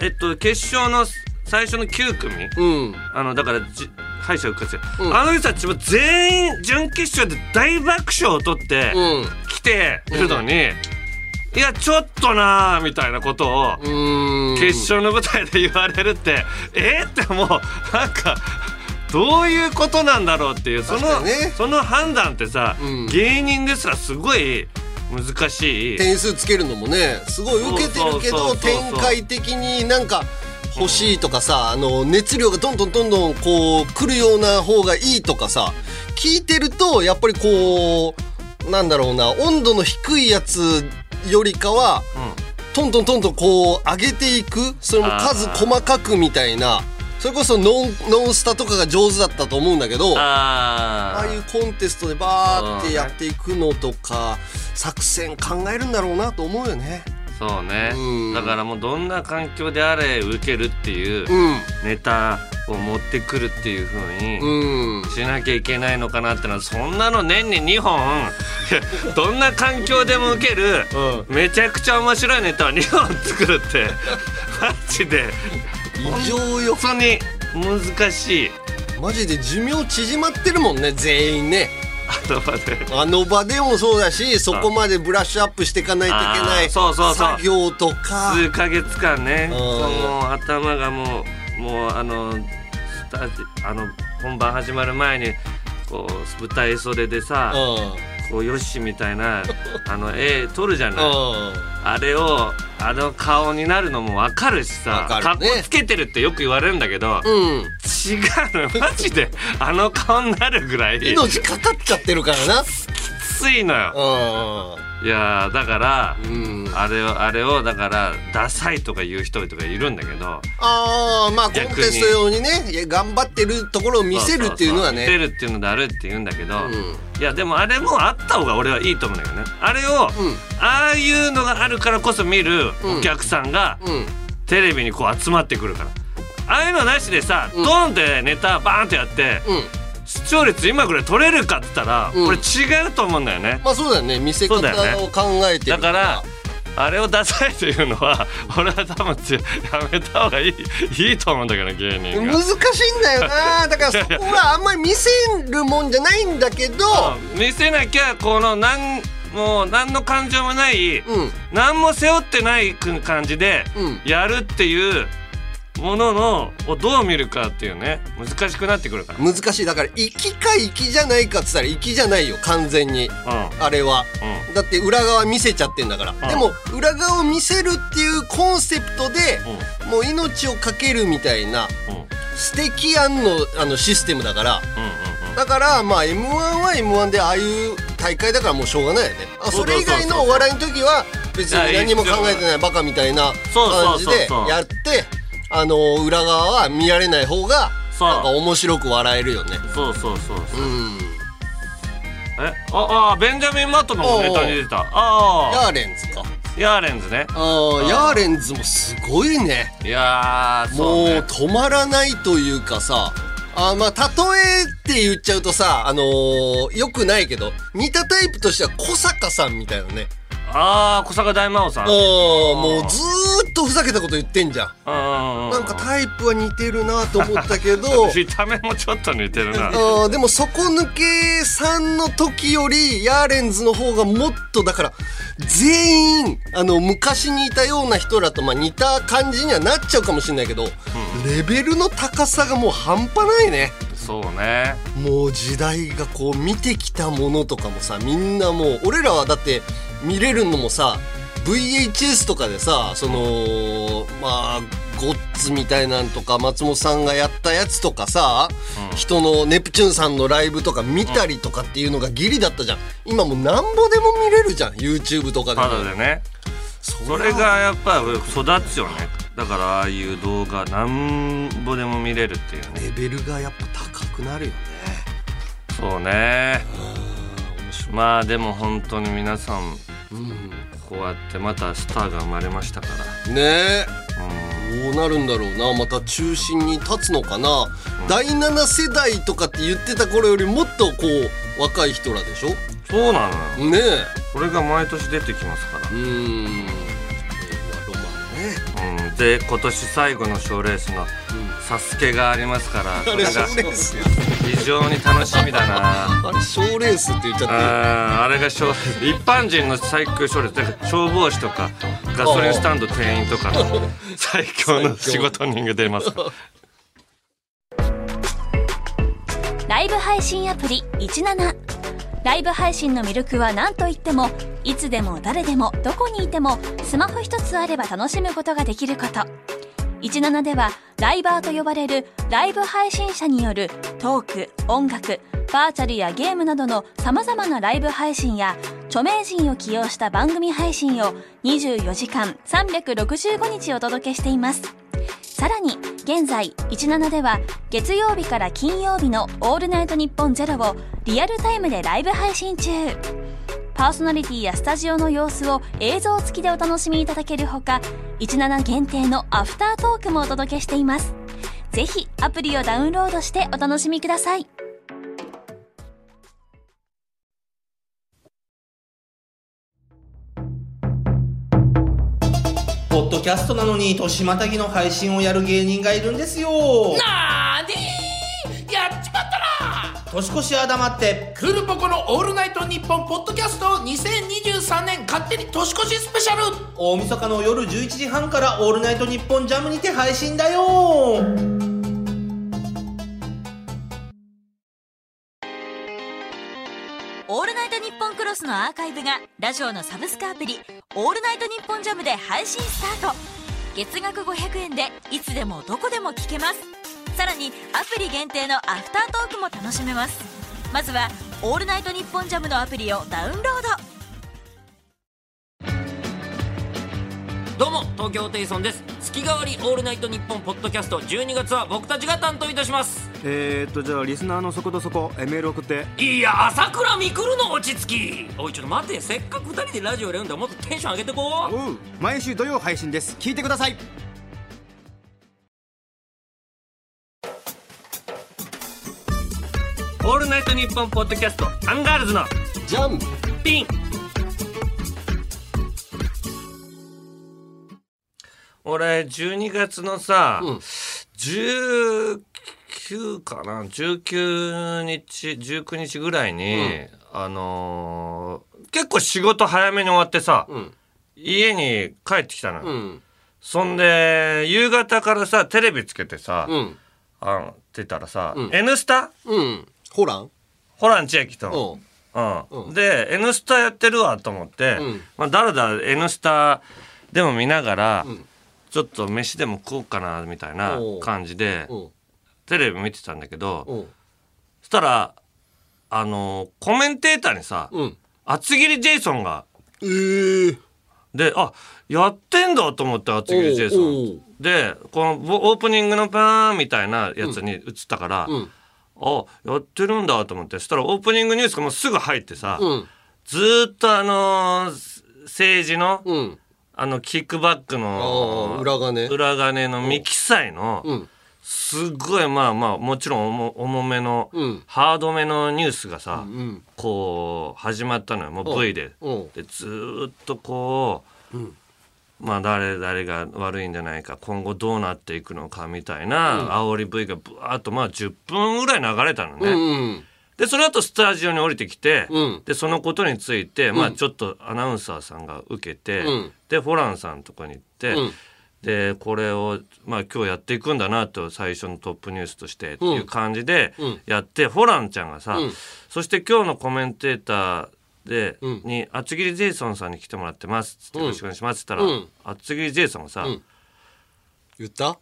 [SPEAKER 4] えっと、決勝の最初の9組、
[SPEAKER 5] うん
[SPEAKER 4] あのだからじ敗者復活や、
[SPEAKER 5] うん
[SPEAKER 4] あの人たちも全員準決勝で大爆笑を取って
[SPEAKER 5] うん
[SPEAKER 4] 来てるのに、いやちょっとなーみたいなことを
[SPEAKER 5] うーん
[SPEAKER 4] 決勝の舞台で言われるって、 えーってもうなんかどういうことなんだろうっていうその
[SPEAKER 5] 確かにね
[SPEAKER 4] その判断ってさ、
[SPEAKER 5] うん
[SPEAKER 4] 芸人ですらすごい難しい。
[SPEAKER 5] 点数つけるのもねすごい受けてるけ
[SPEAKER 4] そ
[SPEAKER 5] ど
[SPEAKER 4] うそうそうそう
[SPEAKER 5] 展開的になんか欲しいとかさあの熱量がどんどんどんどんこう来るような方がいいとかさ聞いてるとやっぱりこうなんだろうな温度の低いやつよりかは
[SPEAKER 4] うん
[SPEAKER 5] トントントンとこう上げていくそれも数
[SPEAKER 4] あー
[SPEAKER 5] 細かくみたいなそれこそノンノンスタとかが上手だったと思うんだけど。あ
[SPEAKER 4] あ
[SPEAKER 5] あいうコンテストでバーってやっていくのとか作戦考えるんだろうなと思うよね。
[SPEAKER 4] そうね
[SPEAKER 5] うん
[SPEAKER 4] だからもうどんな環境であれ受けるっていう
[SPEAKER 5] うん
[SPEAKER 4] ネタを持ってくるっていう風に
[SPEAKER 5] うん
[SPEAKER 4] しなきゃいけないのかなってのはそんなの年に2本 どんな環境でも受ける、めちゃくちゃ面白いネタを2本作るって マジで
[SPEAKER 5] 異常よ
[SPEAKER 4] 本当に難しい
[SPEAKER 5] マジで寿命縮まってるもんね全員ね
[SPEAKER 4] 言葉で。
[SPEAKER 5] あの場でもそうだしそこまでブラッシュアップしていかないといけな
[SPEAKER 4] あー
[SPEAKER 5] い
[SPEAKER 4] そうそうそう
[SPEAKER 5] 作業とか
[SPEAKER 4] 数ヶ月間ね、
[SPEAKER 5] うん
[SPEAKER 4] その頭がもうもうあのスタジあの本番始まる前にこう舞台袖で
[SPEAKER 5] う
[SPEAKER 4] さ、
[SPEAKER 5] んうん
[SPEAKER 4] こうよしみたい なあの絵撮るじゃない、あれをあの顔になるのもわかるしさ、
[SPEAKER 5] わか
[SPEAKER 4] かっ
[SPEAKER 5] る
[SPEAKER 4] こ
[SPEAKER 5] ね
[SPEAKER 4] つけてるってよく言われるんだけど、
[SPEAKER 5] うん
[SPEAKER 4] 違うのマジであの顔になるぐらいき
[SPEAKER 5] 命かかっちゃってるからな
[SPEAKER 4] ついのよ、いやーだから、
[SPEAKER 5] うんうん
[SPEAKER 4] あれをあれをだからダサいとか言う人とかいるんだけど
[SPEAKER 5] あーまあコンテスト用にねいや頑張ってるところを見せるっていうのは
[SPEAKER 4] そうそうそう
[SPEAKER 5] ね
[SPEAKER 4] 見せるっていうのであるって言うんだけど、
[SPEAKER 5] うん
[SPEAKER 4] いやでもあれもあった方が俺はいいと思うんだけどねあれを、
[SPEAKER 5] うん
[SPEAKER 4] ああいうのがあるからこそ見るお客さんが、
[SPEAKER 5] うん
[SPEAKER 4] テレビにこう集まってくるからああいうのなしでさ、ドンってネタバーンってやって、
[SPEAKER 5] うん
[SPEAKER 4] 視聴率今ぐらい取れるかって言ったら、
[SPEAKER 5] うん
[SPEAKER 4] これ違うと思うんだよね、
[SPEAKER 5] まあそうだよね見せ方
[SPEAKER 4] そうだよね
[SPEAKER 5] を考えて
[SPEAKER 4] だ
[SPEAKER 5] る
[SPEAKER 4] からあれをダサいというのは 俺は多分つやめた方がいいいいと思うんだけど芸人が
[SPEAKER 5] 難。しいんだよなだからそこはあんまり見せるもんじゃないんだけど
[SPEAKER 4] 見せなきゃこのなんもう何の感情もない、
[SPEAKER 5] うん
[SPEAKER 4] 何も背負ってない感じで
[SPEAKER 5] うん
[SPEAKER 4] やるっていうもののをどう見るかっていうね難しくなってくるから。
[SPEAKER 5] 難しいだから「きかきじゃないか」っつったらきじゃないよ完全に
[SPEAKER 4] うん
[SPEAKER 5] あれは、
[SPEAKER 4] う
[SPEAKER 5] だって裏側見せちゃってんだから、
[SPEAKER 4] ん
[SPEAKER 5] でも裏側を見せるっていうコンセプトで、
[SPEAKER 4] う
[SPEAKER 5] もう命を懸けるみたいな
[SPEAKER 4] うんうん
[SPEAKER 5] 素敵やんのあのシステムだから
[SPEAKER 4] うんうん
[SPEAKER 5] だからまあ m 1は m 1でああいう大会だからもうしょうがないよねあ
[SPEAKER 4] そ
[SPEAKER 5] そう
[SPEAKER 4] そうそうそう
[SPEAKER 5] れ以外のお笑いの時は別に何も考えてないバカみたいな
[SPEAKER 4] そうそ
[SPEAKER 5] 感
[SPEAKER 4] う
[SPEAKER 5] じ
[SPEAKER 4] そう
[SPEAKER 5] で
[SPEAKER 4] そう
[SPEAKER 5] やってあの裏側は見られない方が
[SPEAKER 4] そう
[SPEAKER 5] なんか面白く笑えるよね
[SPEAKER 4] そうそうそうそう
[SPEAKER 5] うん
[SPEAKER 4] えああベンジャミン・マットのもネタに出てたあ
[SPEAKER 5] ヤーレンズか
[SPEAKER 4] あヤーレンズね
[SPEAKER 5] あーヤーレンズもすごいね
[SPEAKER 4] いやー
[SPEAKER 5] も
[SPEAKER 4] そううね
[SPEAKER 5] 止まらないというかさあーまあ例えって言っちゃうとさあのー、よくないけど似たタイプとしては小坂さんみたいなね
[SPEAKER 4] ああ小坂大魔王さん
[SPEAKER 5] あーもうずーっとふざけたこと言ってんじゃん
[SPEAKER 4] な
[SPEAKER 5] なんかタイプは似てるなと思ったけど
[SPEAKER 4] 見た目もちょっ と似てるな
[SPEAKER 5] あーでも底抜けさんの時よりヤーレンズの方がもっとだから全員あの昔にいたような人らとまあ似た感じにはなっちゃうかもしれないけど、レベルの高さがもう半端ないね
[SPEAKER 4] そうね
[SPEAKER 5] もう時代がこう見てきたものとかもさみんなもう俺らはだって見れるのもさ VHS とかでさそのまあゴッツみたいなんとか松本さんがやったやつとかさ、人のネプチューンさんのライブとか見たりとかっていうのがギリだったじゃん今もうなんぼでも見れるじゃん YouTube とかでも
[SPEAKER 4] ただでねそれがやっぱ育つよねだからああいう動画なんぼでも見れるっていうね
[SPEAKER 5] レベルがやっぱ高くなるよね
[SPEAKER 4] そうね
[SPEAKER 5] 面白い
[SPEAKER 4] まあでも本当に皆さんこうやってまたスターが生まれましたから
[SPEAKER 5] ねえどうなるんだろうなまた中心に立つのかな、第7世代とかって言ってた頃よりもっとこう若い人らでしょ
[SPEAKER 4] そうなのよ
[SPEAKER 5] ね
[SPEAKER 4] これが毎年出てきますから
[SPEAKER 5] えうーんこれはロマ
[SPEAKER 4] うん、で今年最後の賞レースの「サスケがありますからそ
[SPEAKER 5] ンねあれ
[SPEAKER 4] れ
[SPEAKER 5] 賞
[SPEAKER 4] が
[SPEAKER 5] レースや
[SPEAKER 4] 非常に楽しみだな
[SPEAKER 5] あれ賞レースって言っち
[SPEAKER 4] うん
[SPEAKER 5] ゃっ
[SPEAKER 4] あれが賞レース一般人の最強賞レースだから消防士とかガソリンスタンド店員とかの最強の仕事人が出ますから
[SPEAKER 6] ライブ配信アプリ17ライブ配信の魅力は何といってもいつでも誰でもどこにいてもスマホ一つあれば楽しむことができること17ではライバーと呼ばれるライブ配信者によるトーク音楽バーチャルやゲームなどのさまざまなライブ配信や著名人を起用した番組配信を24時間365日お届けしていますさらに現在17では月曜日から金曜日の「オールナイトニッポンゼロをリアルタイムでライブ配信中パーソナリティやスタジオの様子を映像付きでお楽しみいただけるほか17限定のアフタートークもお届けしていますぜひアプリをダウンロードしてお楽しみください
[SPEAKER 7] ポッドキャストなのに年またぎの配信をやる芸人がいるんですよ
[SPEAKER 8] なーにーやっちまったな
[SPEAKER 7] 年越しは黙って
[SPEAKER 8] クールポコの「オールナイトニッポン」ポッドキャスト2023年勝手に年越しスペシャル
[SPEAKER 7] 大晦日の夜11時半から「オールナイトニッポンジャムにて配信だよ
[SPEAKER 6] 「オールナイトニッポンクロス」のアーカイブがラジオのサブスクアプリ「オールナイトニッポンジャムで配信スタート月額500円でいつでもどこでも聞けますさらにアプリ限定のアフタートークも楽しめますまずは「オールナイトニッポンジャムのアプリをダウンロード
[SPEAKER 9] どうも東京ホテイソンです月替わりオールナイトニッポンポッドキャスト12月は僕たちが担当いたします
[SPEAKER 10] えー、っとじゃあリスナーのそことそこえメール送って
[SPEAKER 9] いや朝倉未来の落ち着きおいちょっと待てせっかく2人でラジオやるんだもっとテンション上げてこう
[SPEAKER 10] おう毎週土曜配信です聞いてください
[SPEAKER 9] 「オールナイトニッポン」ポッドキャストアンガールズの
[SPEAKER 5] うジャン
[SPEAKER 9] ピン
[SPEAKER 4] 俺12月のさ、19かな19日19日ぐらいに、あのー結構仕事早めに終わってさ、
[SPEAKER 5] ん
[SPEAKER 4] 家に帰ってきたのよ、
[SPEAKER 5] うん
[SPEAKER 4] そんで夕方からさテレビつけてさ、
[SPEAKER 5] うん
[SPEAKER 4] あのってたらさ「N スタ」
[SPEAKER 5] うんホラン
[SPEAKER 4] ホラン千秋と。う
[SPEAKER 5] うん
[SPEAKER 4] ん
[SPEAKER 5] うん
[SPEAKER 4] で「N スタ」やってるわと思って、
[SPEAKER 5] うん
[SPEAKER 4] まあ、だらだら「N スタ」でも見ながら、ちょっと飯でも食おうかなみたいな
[SPEAKER 5] おう
[SPEAKER 4] 感じで
[SPEAKER 5] うん
[SPEAKER 4] テレビ見てたんだけど
[SPEAKER 5] うん
[SPEAKER 4] そしたらあのーコメンテーターにさ、
[SPEAKER 5] うん
[SPEAKER 4] 厚切りジェイソンが
[SPEAKER 5] えー、
[SPEAKER 4] であやってんだと思って厚切りジェイソ
[SPEAKER 5] おうおう
[SPEAKER 4] ンでこのぼオープニングのパーンみたいなやつに映ったから、あやってるんだと思ってそしたらオープニングニュースがもうすぐ入ってさ、
[SPEAKER 5] うん
[SPEAKER 4] ずーっとあのー政治の、
[SPEAKER 5] うん
[SPEAKER 4] あのキックバックの
[SPEAKER 5] あー裏金
[SPEAKER 4] 裏金の未記載の、
[SPEAKER 5] うん
[SPEAKER 4] すっごいまあまあもちろん重重めの、
[SPEAKER 5] うん
[SPEAKER 4] ハードめのニュースがさ、
[SPEAKER 5] うん
[SPEAKER 4] こう始まったのよもう V で。
[SPEAKER 5] うん
[SPEAKER 4] でずーっとこう、まあ誰誰が悪いんじゃないか今後どうなっていくのかみたいな煽り V がぶわーっとまあ10分ぐらい流れたのね。
[SPEAKER 5] うん
[SPEAKER 4] でその後スタジオに降りてきて、
[SPEAKER 5] うん
[SPEAKER 4] でそのことについて、まあ、ちょっとアナウンサーさんが受けて、
[SPEAKER 5] うん
[SPEAKER 4] でホランさんとこに行って、
[SPEAKER 5] うん
[SPEAKER 4] でこれを、まあ、今日やっていくんだなと最初のトップニュースとしてっていう感じでやって、ホランちゃんがさ、そして今日のコメンテーターで、に「厚切りジェイソンさんに来てもらってます」つって「よろしくお願いします」っつったら、
[SPEAKER 5] うん
[SPEAKER 4] 厚切りジェイソンがさ「
[SPEAKER 5] 言った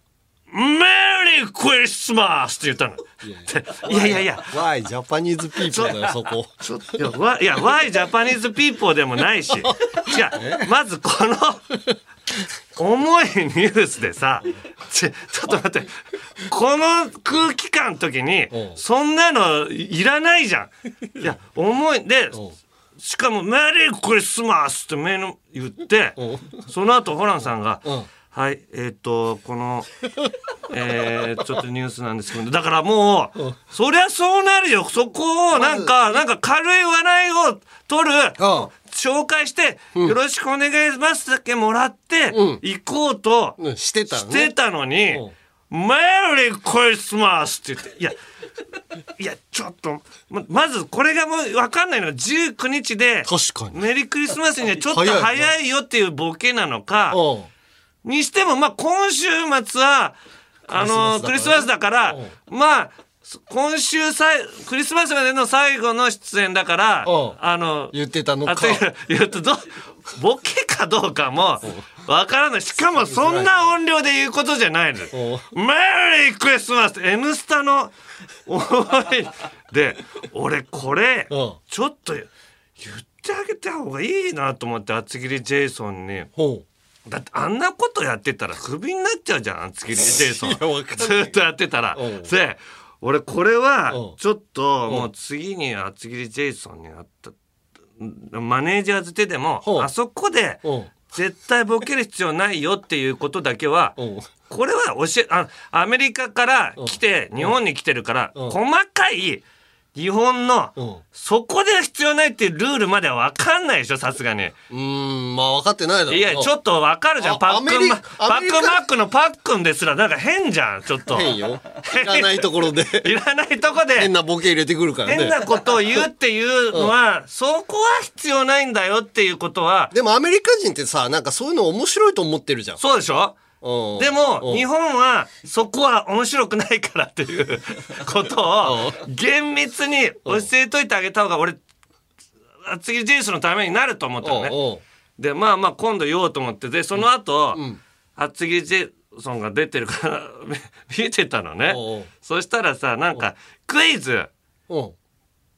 [SPEAKER 4] メリークリスマス!」って言ったの。 でいやいやいや
[SPEAKER 5] ?Why Japanese people だよ、そ こ。
[SPEAKER 4] いや、わいや、Why Japanese people でもないし、違う、まずこの、重いニュースでさ、ちちょっと待って、この空気感の時に、そんなのいらないじゃん。いや、重い。で、しかも、メリークリスマスって目の言って、その後、ホランさんが、はい、えっ、と、この、 えーちょっとニュースなんですけど、だからもう、そりゃそうなるよ。そこを、なんか、なんか軽い笑いを取る、紹介して、よろしくお願いしますだけもらって、行こうと
[SPEAKER 5] うんしてた
[SPEAKER 4] し
[SPEAKER 5] の
[SPEAKER 4] て
[SPEAKER 5] ね。
[SPEAKER 4] たのに、メリークリスマスって言って、いや、いや、ちょっと、ままずこれがもうわかんないのは19日で、
[SPEAKER 5] 確かに。
[SPEAKER 4] メリークリスマスにはちょっと
[SPEAKER 5] 早いな
[SPEAKER 4] 早いよっていうボケなのか、
[SPEAKER 5] うん。
[SPEAKER 4] にしても、まあ、今週末は、あの、クリ
[SPEAKER 5] クリ
[SPEAKER 4] ス
[SPEAKER 5] ス
[SPEAKER 4] マ
[SPEAKER 5] マ
[SPEAKER 4] ス
[SPEAKER 5] ス
[SPEAKER 4] だ
[SPEAKER 5] だ
[SPEAKER 4] から、まあ、そ今週さい、クリスマスまでの最後の出演だから
[SPEAKER 5] うん、
[SPEAKER 4] あの、
[SPEAKER 5] 言ってたの
[SPEAKER 4] あ
[SPEAKER 5] か。
[SPEAKER 4] と言うと、ど、ボケかどうかも、わからない。しかも、そんな音量で言うことじゃないの。メリークリスマス !M スタの、おい、で、俺、これ、
[SPEAKER 5] うん
[SPEAKER 4] ちょっと、言ってあげた方がいいなと思って、厚切りジェイソンに。
[SPEAKER 5] ほ
[SPEAKER 4] だってあんなことやってたらクビになっちゃうじゃん厚切りジェイソン
[SPEAKER 5] いやわかん
[SPEAKER 4] ず
[SPEAKER 5] ない
[SPEAKER 4] っとやってたら
[SPEAKER 5] うん
[SPEAKER 4] で俺これは
[SPEAKER 5] うん
[SPEAKER 4] ちょっともう次に厚切りジェイソンになったマネージャーズてでも
[SPEAKER 5] うん
[SPEAKER 4] あそこで
[SPEAKER 5] うん
[SPEAKER 4] 絶対ボケる必要ないよっていうことだけは
[SPEAKER 5] うん
[SPEAKER 4] これは教えあアメリカから来て日本に来てるから
[SPEAKER 5] うん
[SPEAKER 4] 細かい日本
[SPEAKER 5] う。う
[SPEAKER 4] の
[SPEAKER 5] ん。
[SPEAKER 4] そこで必要ないっていうルールまでは分かんないでしょさすがに。
[SPEAKER 5] うーん、まあ分かってないだろうない
[SPEAKER 4] や、ちょっとわかるじゃん。
[SPEAKER 5] あ
[SPEAKER 4] パック
[SPEAKER 5] アメ
[SPEAKER 4] ン
[SPEAKER 5] リ
[SPEAKER 4] マ、パ
[SPEAKER 5] ア
[SPEAKER 4] ッ
[SPEAKER 5] メ
[SPEAKER 4] ク
[SPEAKER 5] リカ
[SPEAKER 4] ンマックのパックンですら、なんか変じゃん、ちょっと。
[SPEAKER 5] 変よ。いらないところで。
[SPEAKER 4] いらないとこで、
[SPEAKER 5] 変なボケ入れてくるから
[SPEAKER 4] 変
[SPEAKER 5] ね
[SPEAKER 4] な。ことを言うっていうのは、そこは必要ないんだよっていうことは、
[SPEAKER 5] でもアメリカ人ってさ、なんかそういうの面白いと思ってるじゃん。
[SPEAKER 4] そうでしょ
[SPEAKER 5] うん
[SPEAKER 4] で
[SPEAKER 5] う
[SPEAKER 4] も、
[SPEAKER 5] ん
[SPEAKER 4] 日本は、そこは面白くないからっていう ことを、厳密に教えといてあげた方が、俺、厚切りジェイソンのためになると思ったのね。
[SPEAKER 5] うんうん
[SPEAKER 4] でまあまあ今度言おうと思ってでその後、厚切りジェイソンが出てるから 見てたのね
[SPEAKER 5] おうおう
[SPEAKER 4] そしたらさなんかクイズ
[SPEAKER 5] うん。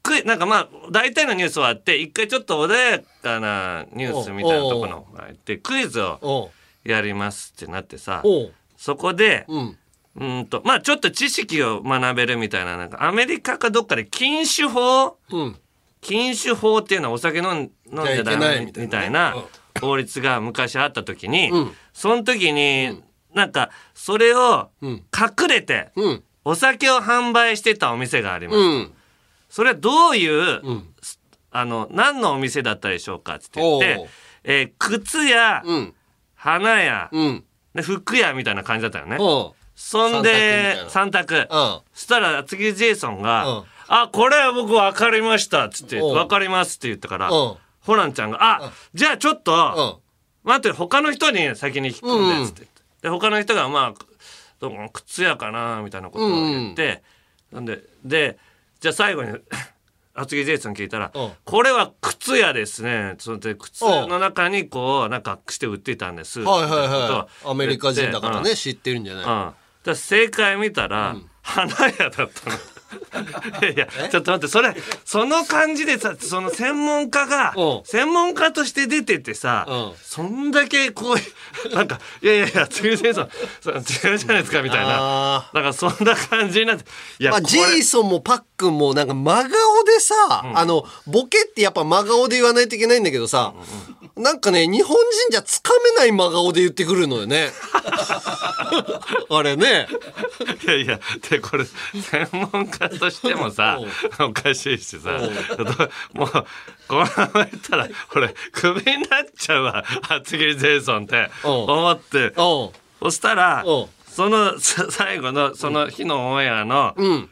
[SPEAKER 4] クイなんかまあ大体のニュースはあって一回ちょっと穏やかなニュースみたいなとこのがあってクイズを
[SPEAKER 5] おう
[SPEAKER 4] やりますってなってさ
[SPEAKER 5] おう
[SPEAKER 4] そこで
[SPEAKER 5] うん。
[SPEAKER 4] うーんとまあちょっと知識を学べるみたいななんかアメリカかどっかで禁酒法
[SPEAKER 5] うん。
[SPEAKER 4] 禁酒法っていうのはお酒飲ん飲んじゃダメみたいな法律が昔あった時に、その時になんかそれを隠れて
[SPEAKER 5] うん。
[SPEAKER 4] お酒を販売してたお店があります。
[SPEAKER 5] うん。
[SPEAKER 4] それはどういう、あの何のお店だったでしょうかって言って
[SPEAKER 5] おう、
[SPEAKER 4] えー靴や
[SPEAKER 5] うん。
[SPEAKER 4] 花や、
[SPEAKER 5] うん。
[SPEAKER 4] で服やみたいな感じだったよね。
[SPEAKER 5] おう
[SPEAKER 4] そんで三択
[SPEAKER 5] うん
[SPEAKER 4] そしたら次ジェイソンが「
[SPEAKER 5] うん
[SPEAKER 4] あこれは僕分かりました」っつって「
[SPEAKER 5] うん
[SPEAKER 4] 分かります」って言ったから
[SPEAKER 5] うん
[SPEAKER 4] ホランちゃんが「あじゃあちょっと待って他の人に先に聞くんだ」っつって、で他の人が「まあどうも靴やかな」みたいなことを言って、なんででじゃあ最後に 厚木ジェイソン聞いたら
[SPEAKER 5] うん
[SPEAKER 4] 「これは靴屋ですね」それで靴
[SPEAKER 5] うん
[SPEAKER 4] の中にこうなんかして売ってたんです
[SPEAKER 5] はいはい
[SPEAKER 4] みたなことを言っ
[SPEAKER 5] は
[SPEAKER 4] て
[SPEAKER 5] い。アメリカ人だから
[SPEAKER 4] うん
[SPEAKER 5] ね、知ってるんじゃない
[SPEAKER 4] うんだから正解見たら、花屋 だったの。いやいやちょっと待ってそれその感じでさその専門家が
[SPEAKER 5] うん
[SPEAKER 4] 専門家として出ててさ、
[SPEAKER 5] うん
[SPEAKER 4] そんだけこう なんか「いやいやいや鶴井先生そ違うじゃないですか」みたいな
[SPEAKER 5] あ
[SPEAKER 4] なんかそんな感じになっていや、
[SPEAKER 5] まあ、
[SPEAKER 4] こ
[SPEAKER 5] ジェイ
[SPEAKER 4] れ
[SPEAKER 5] ソンもパックンもなんか真顔でさ、あのボケってやっぱ真顔で言わないといけないんだけどさ、なんかね日本人じゃつかめない真顔で言ってくるの よねあれね
[SPEAKER 4] いやいやでこれ専門家としてもさおかしいしさどもうこのまま言ったら俺クビになっちゃうわ厚切りジェイソンって
[SPEAKER 5] うん
[SPEAKER 4] 思って。
[SPEAKER 5] うん
[SPEAKER 4] そしたら
[SPEAKER 5] うん
[SPEAKER 4] そのさ最後のその日のオンエアの
[SPEAKER 5] うん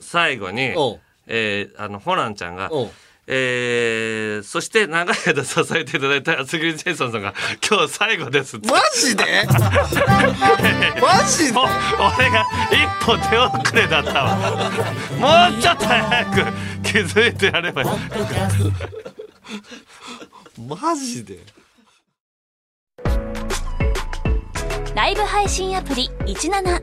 [SPEAKER 4] 最後に、
[SPEAKER 5] うん
[SPEAKER 4] えーあのホランちゃんが
[SPEAKER 5] うん
[SPEAKER 4] 「えー、そして長い間支えていただいた厚切りジェイソンさんが今日最後ですって
[SPEAKER 5] マ ジでマジで
[SPEAKER 4] もう俺が一歩手遅れだったわもうちょっと早く気づいてやればいい
[SPEAKER 5] マジで
[SPEAKER 6] ライブ配信アプリ17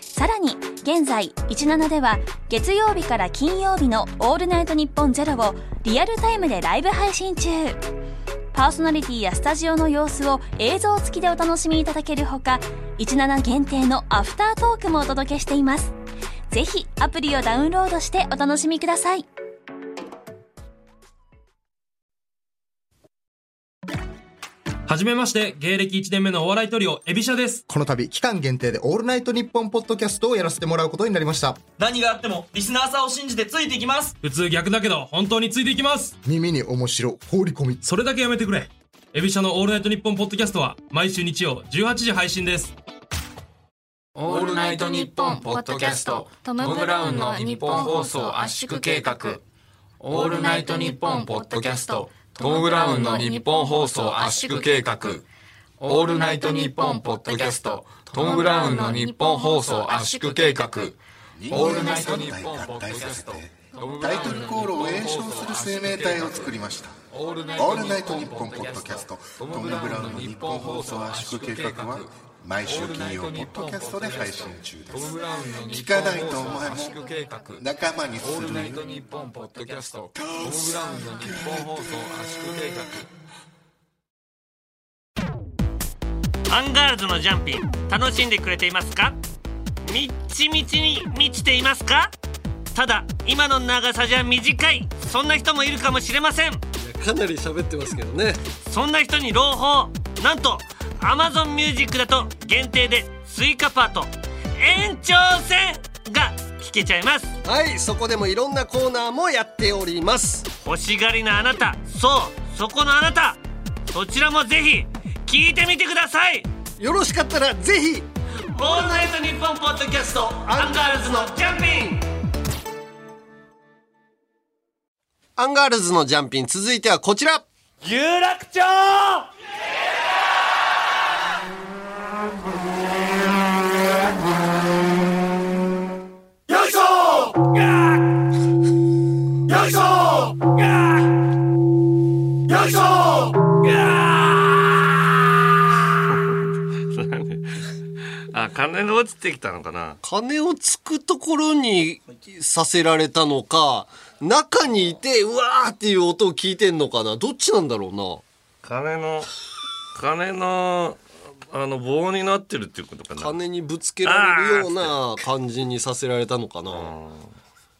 [SPEAKER 6] さらに現在17では月曜日から金曜日の「オールナイトニッポンゼロをリアルタイムでライブ配信中パーソナリティやスタジオの様子を映像付きでお楽しみいただけるほか17限定のアフタートークもお届けしていますぜひアプリをダウンロードしてお楽しみください
[SPEAKER 11] はじめまして、芸歴1年目のお笑いトリオ、エビシャです。
[SPEAKER 12] この度、期間限定でオールナイトニッポンポッドキャストをやらせてもらうことになりました。
[SPEAKER 11] 何があっても、リスナーさんを信じてついていきます。普通逆だけど、本当についていきます。
[SPEAKER 12] 耳に面白、放り込み。
[SPEAKER 11] それだけやめてくれ。エビシャのオールナイトニッポンポッドキャストは、毎週日曜18時配信です。
[SPEAKER 13] オールナイトニッポンポッドキャストトム・ブラウンの日本放送圧縮計画オールナイトニッポンポッドキャストトム・ブラウンの日本放送圧縮計画オールナイトニッポンポッドキャストトム・ブラウンの日本放送圧縮計画オールナイトニッポンポッドキャスト
[SPEAKER 14] タイトルコールを演唱する生命体を作りましたオールナイトニッポンポッドキャストトム・ブラウンの日本放送圧縮計画は毎週金曜ポッドキャストで配信中です聞かないとお前も仲間に
[SPEAKER 13] オー
[SPEAKER 14] す
[SPEAKER 13] ル
[SPEAKER 14] る
[SPEAKER 13] ナイトニッポンポッドキャストトム・ブラウンの日本放送圧縮計画
[SPEAKER 15] アンガールズのジャンピン楽しんでくれていますかみっちみちに満ちていますかただ今の長さじゃ短いそんな人もいるかもしれません
[SPEAKER 5] かなり喋ってますけどね
[SPEAKER 15] そんな人に朗報なんと Amazon ミュージックだと限定でスイカパート延長戦が聞けちゃいます
[SPEAKER 5] はいそこでもいろんなコーナーもやっております
[SPEAKER 15] 欲しがりなあなたそうそこのあなたそちらもぜひ聞いてみてください
[SPEAKER 5] よろしかったらぜ
[SPEAKER 15] オ
[SPEAKER 5] ひ
[SPEAKER 15] ールナイトニッポンポッドキャストアンガールズのジャンピン
[SPEAKER 5] アンガールズのジャンピン続いてはこちら
[SPEAKER 15] 有楽町
[SPEAKER 8] よいしょーよいしょーよいしょ
[SPEAKER 4] 何あ金の落ちてきたのかな
[SPEAKER 5] 金をつくところにさせられたのか中にいてうわーっていう音を聞いてんのかなどっちなんだろうな
[SPEAKER 4] 金の金のあの棒になってるっていうことかな
[SPEAKER 5] 金にぶつけられるような感じにさせられたのかな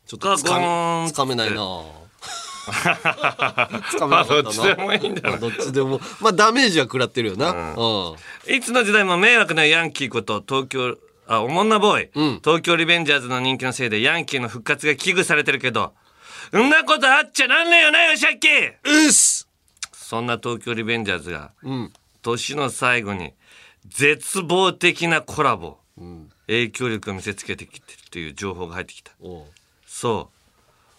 [SPEAKER 5] ちょっとつか
[SPEAKER 4] ガゴ
[SPEAKER 5] めつかめないな つかめなか
[SPEAKER 4] まあ
[SPEAKER 5] ったな
[SPEAKER 4] どっちでもいいんだな
[SPEAKER 5] まあどっちでもまあダメージは食らってるよな、うん
[SPEAKER 4] いつの時代も迷惑なヤンキーこと東京あおもんなボーイ、東京リベンジャーズの人気のせいでヤンキーの復活が危惧されてるけどんなことあっちゃなんねえよなよシャッキー
[SPEAKER 5] うっす
[SPEAKER 4] そんな東京リベンジャーズが
[SPEAKER 5] うん
[SPEAKER 4] 年の最後に絶望的なコラボ、影響力を見せつけてきてるという情報が入ってきた
[SPEAKER 5] おう
[SPEAKER 4] そ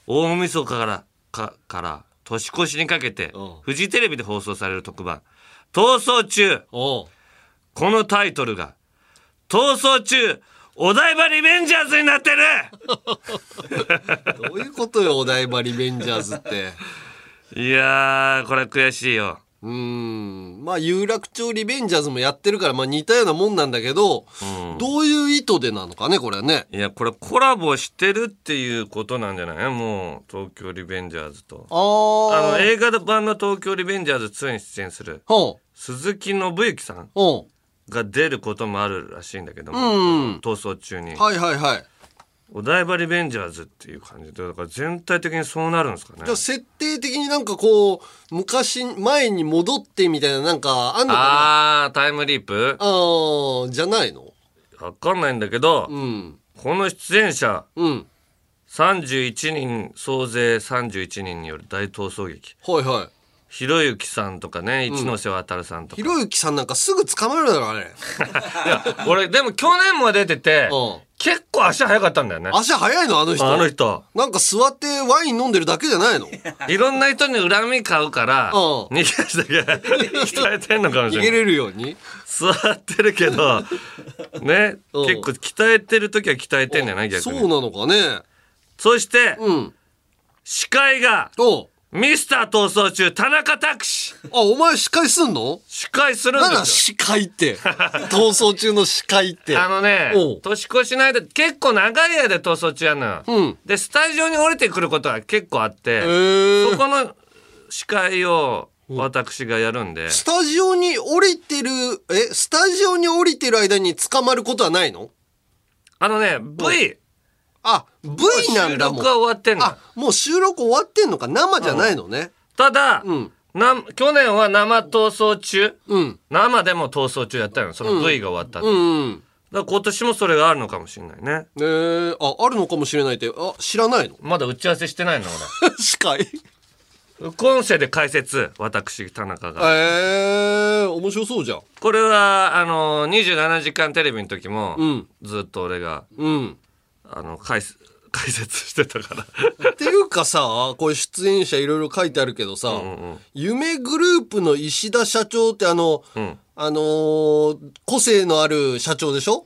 [SPEAKER 4] う大晦日からかから年越しにかけてフジテレビで放送される特番「逃走中」
[SPEAKER 5] こ
[SPEAKER 4] のタイトルが「逃走中お台場リベンジャーズ」になってる
[SPEAKER 5] どういうことよお台場リベンジャーズって
[SPEAKER 4] いやーこれ悔しいよ
[SPEAKER 5] うーんまあ有楽町リベンジャーズもやってるから、まあ、似たようなもんなんだけど、どういう意図でなのかねこれはね
[SPEAKER 4] いやこれコラボしてるっていうことなんじゃないもう東京リベンジャーズと
[SPEAKER 5] あー
[SPEAKER 4] の映画版の「東京リベンジャーズ2」に出演する鈴木信之さんが出ることもあるらしいんだけども、
[SPEAKER 5] うん
[SPEAKER 4] 逃走中に、
[SPEAKER 5] はいはいはい
[SPEAKER 4] お台場リベンジャーズっていう感じでだから全体的にそうなるんですかね
[SPEAKER 5] じゃあ設定的になんかこう昔前に戻ってみたいななんかあんのか
[SPEAKER 4] あータイムリープ
[SPEAKER 5] なああじゃないの
[SPEAKER 4] わかんないんだけど、この出演者、
[SPEAKER 5] うん、
[SPEAKER 4] 31人総勢31人による大逃走劇
[SPEAKER 5] はいはい
[SPEAKER 4] ひろゆきさんとかね一ノ瀬渉さんとか、
[SPEAKER 5] ひろゆきさんなんかすぐ捕まるだろ あれ
[SPEAKER 4] 俺でも去年も出てて、結構足早かったんだよね
[SPEAKER 5] 足早いのあの人
[SPEAKER 4] あの人
[SPEAKER 5] なんか座ってワイン飲んでるだけじゃないの
[SPEAKER 4] いろんな人に恨み買うから、逃げ足だけ 鍛えてんのかもしれない。
[SPEAKER 5] 逃げれるように
[SPEAKER 4] 座ってるけど、ね、結構鍛えてる時は鍛えてんじゃない逆に。
[SPEAKER 5] そうなのかね
[SPEAKER 4] そして、司会が、ミスター逃走中、田中拓司。
[SPEAKER 5] あ、お前司会すんの
[SPEAKER 4] 司会するんですよ。
[SPEAKER 5] なんだ司会って。逃走中の司会って。
[SPEAKER 4] あのね
[SPEAKER 5] おう、
[SPEAKER 4] 年越しの間、結構長い間逃走中やんのよ。
[SPEAKER 5] うん
[SPEAKER 4] で、スタジオに降りてくることは結構あって、そこの司会を私がやるんで。
[SPEAKER 5] スタジオに降りてる、え、スタジオに降りてる間に捕まることはないの
[SPEAKER 4] あのね、V。
[SPEAKER 5] あ、V なんだも
[SPEAKER 4] 収
[SPEAKER 5] ん。
[SPEAKER 4] 録は終わってんの
[SPEAKER 5] あ、もう収録終わってんのか。生じゃないのね。
[SPEAKER 4] ただ、なん去年は生逃走中、生でも逃走中やったのその V が終わったって、
[SPEAKER 5] うん
[SPEAKER 4] だから今年もそれがあるのかもしれないね
[SPEAKER 5] えー、あ、あるのかもしれないって、あ、知らな いの
[SPEAKER 4] まだ打ち合わせしてないの
[SPEAKER 5] 俺司会
[SPEAKER 4] 今世で解説私田中が
[SPEAKER 5] えー、面白そうじゃん。
[SPEAKER 4] これはあの27時間テレビの時も、
[SPEAKER 5] うん
[SPEAKER 4] ずっと俺が、
[SPEAKER 5] うん
[SPEAKER 4] あの解説解説してた から
[SPEAKER 5] っていうかさ、これ出演者いろいろ書いてあるけどさ、夢グループの石田社長ってあの、あのー個性のある社長でしょ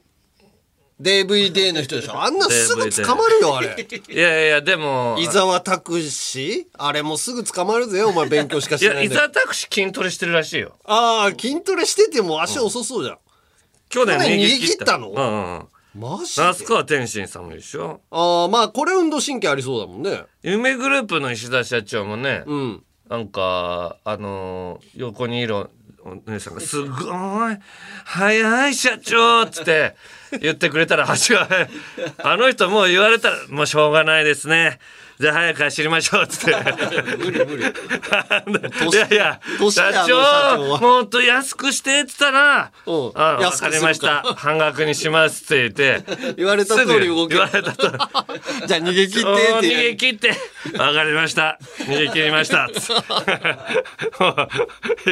[SPEAKER 5] ?DVD の人で しょあんなすぐ
[SPEAKER 4] DVD
[SPEAKER 5] 捕まるよ、あれ。
[SPEAKER 4] いやいやいやでも
[SPEAKER 5] 伊沢拓司あれもすぐ捕まるぜ、お前勉強しかし
[SPEAKER 4] い
[SPEAKER 5] てな
[SPEAKER 4] や
[SPEAKER 5] い
[SPEAKER 4] 伊
[SPEAKER 5] んだ
[SPEAKER 4] 沢拓司筋トレしてるらしいよ
[SPEAKER 5] ああ、筋トレしてても足遅そうじゃん。
[SPEAKER 4] 去年
[SPEAKER 5] 去
[SPEAKER 4] 逃
[SPEAKER 5] 年
[SPEAKER 4] げ
[SPEAKER 5] 逃げ切
[SPEAKER 4] 切
[SPEAKER 5] っ
[SPEAKER 4] った
[SPEAKER 5] たの
[SPEAKER 4] うん
[SPEAKER 5] うん、マジ
[SPEAKER 4] 那須川天心さんもいるでしょ
[SPEAKER 5] ああ、まあ、これ運動神経ありそうだもんね。
[SPEAKER 4] 夢グループの石田社長もね、なんかあのー横にいるお姉さんが「すごい早い社長」っつ って言ってくれたら足が速いあの人もう言われたらもうしょうがないですねじゃあ早く走りましょうっつって無理無理 いやいや
[SPEAKER 5] 年
[SPEAKER 4] 社
[SPEAKER 5] だあの社長
[SPEAKER 4] 長
[SPEAKER 5] は
[SPEAKER 4] もっと安くしてっつったら「
[SPEAKER 5] うん
[SPEAKER 4] あ分か
[SPEAKER 5] 安くするから
[SPEAKER 4] りました半額にします」って言って
[SPEAKER 5] 言われた通り動け
[SPEAKER 4] すぐ言われた通り
[SPEAKER 5] じゃあ逃げ切って
[SPEAKER 4] おー
[SPEAKER 5] って
[SPEAKER 4] 逃げ切ってわかりました逃げ切りましたつって もう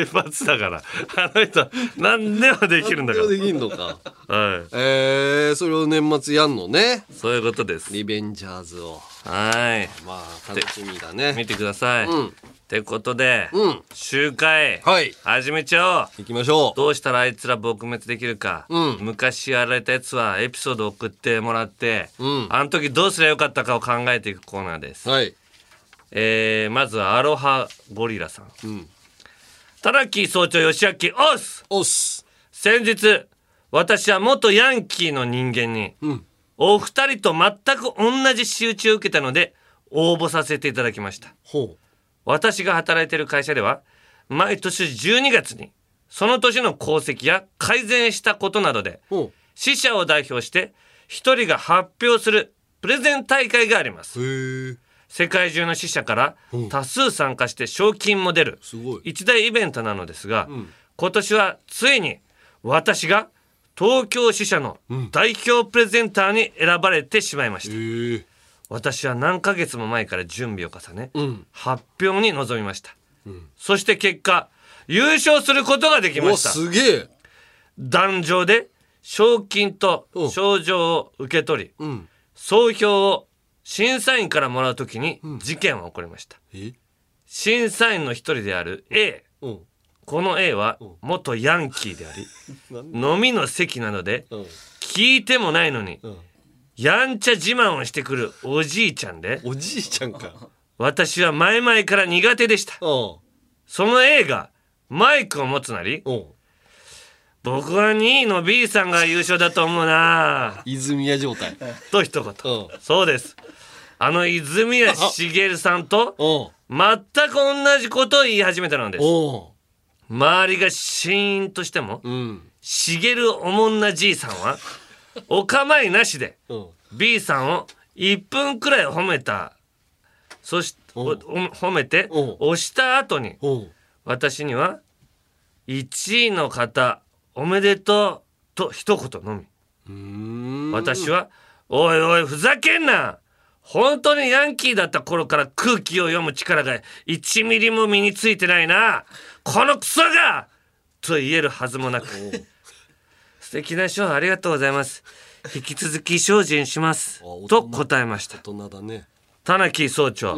[SPEAKER 4] 一発だからあの人何でもできるんだから
[SPEAKER 5] できんのか。
[SPEAKER 4] はい
[SPEAKER 5] えー、それを年末やんのね。
[SPEAKER 4] そういうことです
[SPEAKER 5] リベンジャーズを。
[SPEAKER 4] はい
[SPEAKER 5] まあ楽しみだね
[SPEAKER 4] 見てください、
[SPEAKER 5] うん
[SPEAKER 4] ってことで、
[SPEAKER 5] うん
[SPEAKER 4] 集会、始めちゃおう
[SPEAKER 5] 行きましょう
[SPEAKER 4] どうしたらあいつら撲滅できるか、
[SPEAKER 5] うん
[SPEAKER 4] 昔やられたやつはエピソード送ってもらって、
[SPEAKER 5] うん
[SPEAKER 4] あの時どうすればよかったかを考えていくコーナーです、
[SPEAKER 5] はい
[SPEAKER 4] えー、まずはアロハゴリラさん
[SPEAKER 5] うん。
[SPEAKER 4] タラキー総長吉明オス
[SPEAKER 5] オス
[SPEAKER 4] 先日私は元ヤンキーの人間に、お二人と全く同じ仕打ちを受けたので応募させていただきました
[SPEAKER 5] ほ
[SPEAKER 4] 私が働いている会社では毎年12月にその年の功績や改善したことなどで
[SPEAKER 5] ほ
[SPEAKER 4] 死者を代表して一人が発表するプレゼン大会があります世界中の死者から多数参加して賞金も出る一大イベントなのですが、今年はついに私が東京支社の代表プレゼンターに選ばれてしまいました、私は何ヶ月も前から準備を重ね、
[SPEAKER 5] うん
[SPEAKER 4] 発表に臨みました、そして結果優勝することができました
[SPEAKER 5] おすげえ
[SPEAKER 4] 壇上で賞金と賞状を受け取り、
[SPEAKER 5] ん
[SPEAKER 4] 総評を審査員からもらうときに事件は起こりました、
[SPEAKER 5] え
[SPEAKER 4] 審査員の一人である A、
[SPEAKER 5] うん
[SPEAKER 4] この A は元ヤンキーであり飲みの席などで聞いてもないのにやんちゃ自慢をしてくるおじいちゃんで
[SPEAKER 5] おじいちゃ んか。
[SPEAKER 4] 私は前々から苦手でした
[SPEAKER 5] そ
[SPEAKER 4] の A がマイクを持つなり僕は2位の B さんが優勝だと思うな
[SPEAKER 5] 泉谷 状態。
[SPEAKER 4] と一言、そうですあの泉谷しげるさんと全く同じことを言い始めたのです
[SPEAKER 5] お
[SPEAKER 4] 周りがシーンとしても、しげるおもんなじいさんはお構いなしで
[SPEAKER 5] うん。
[SPEAKER 4] B さんを1分くらい褒めたそしおお褒めて押した後に私には「1位の方おめでとう」と一言のみ私は「おいおいふざけんな本当にヤンキーだった頃から空気を読む力が1ミリも身についてないなこのクソが!」と言えるはずもなく素敵な賞ありがとうございます引き続き精進しますと答えました
[SPEAKER 5] 大人だね
[SPEAKER 4] 田中総長、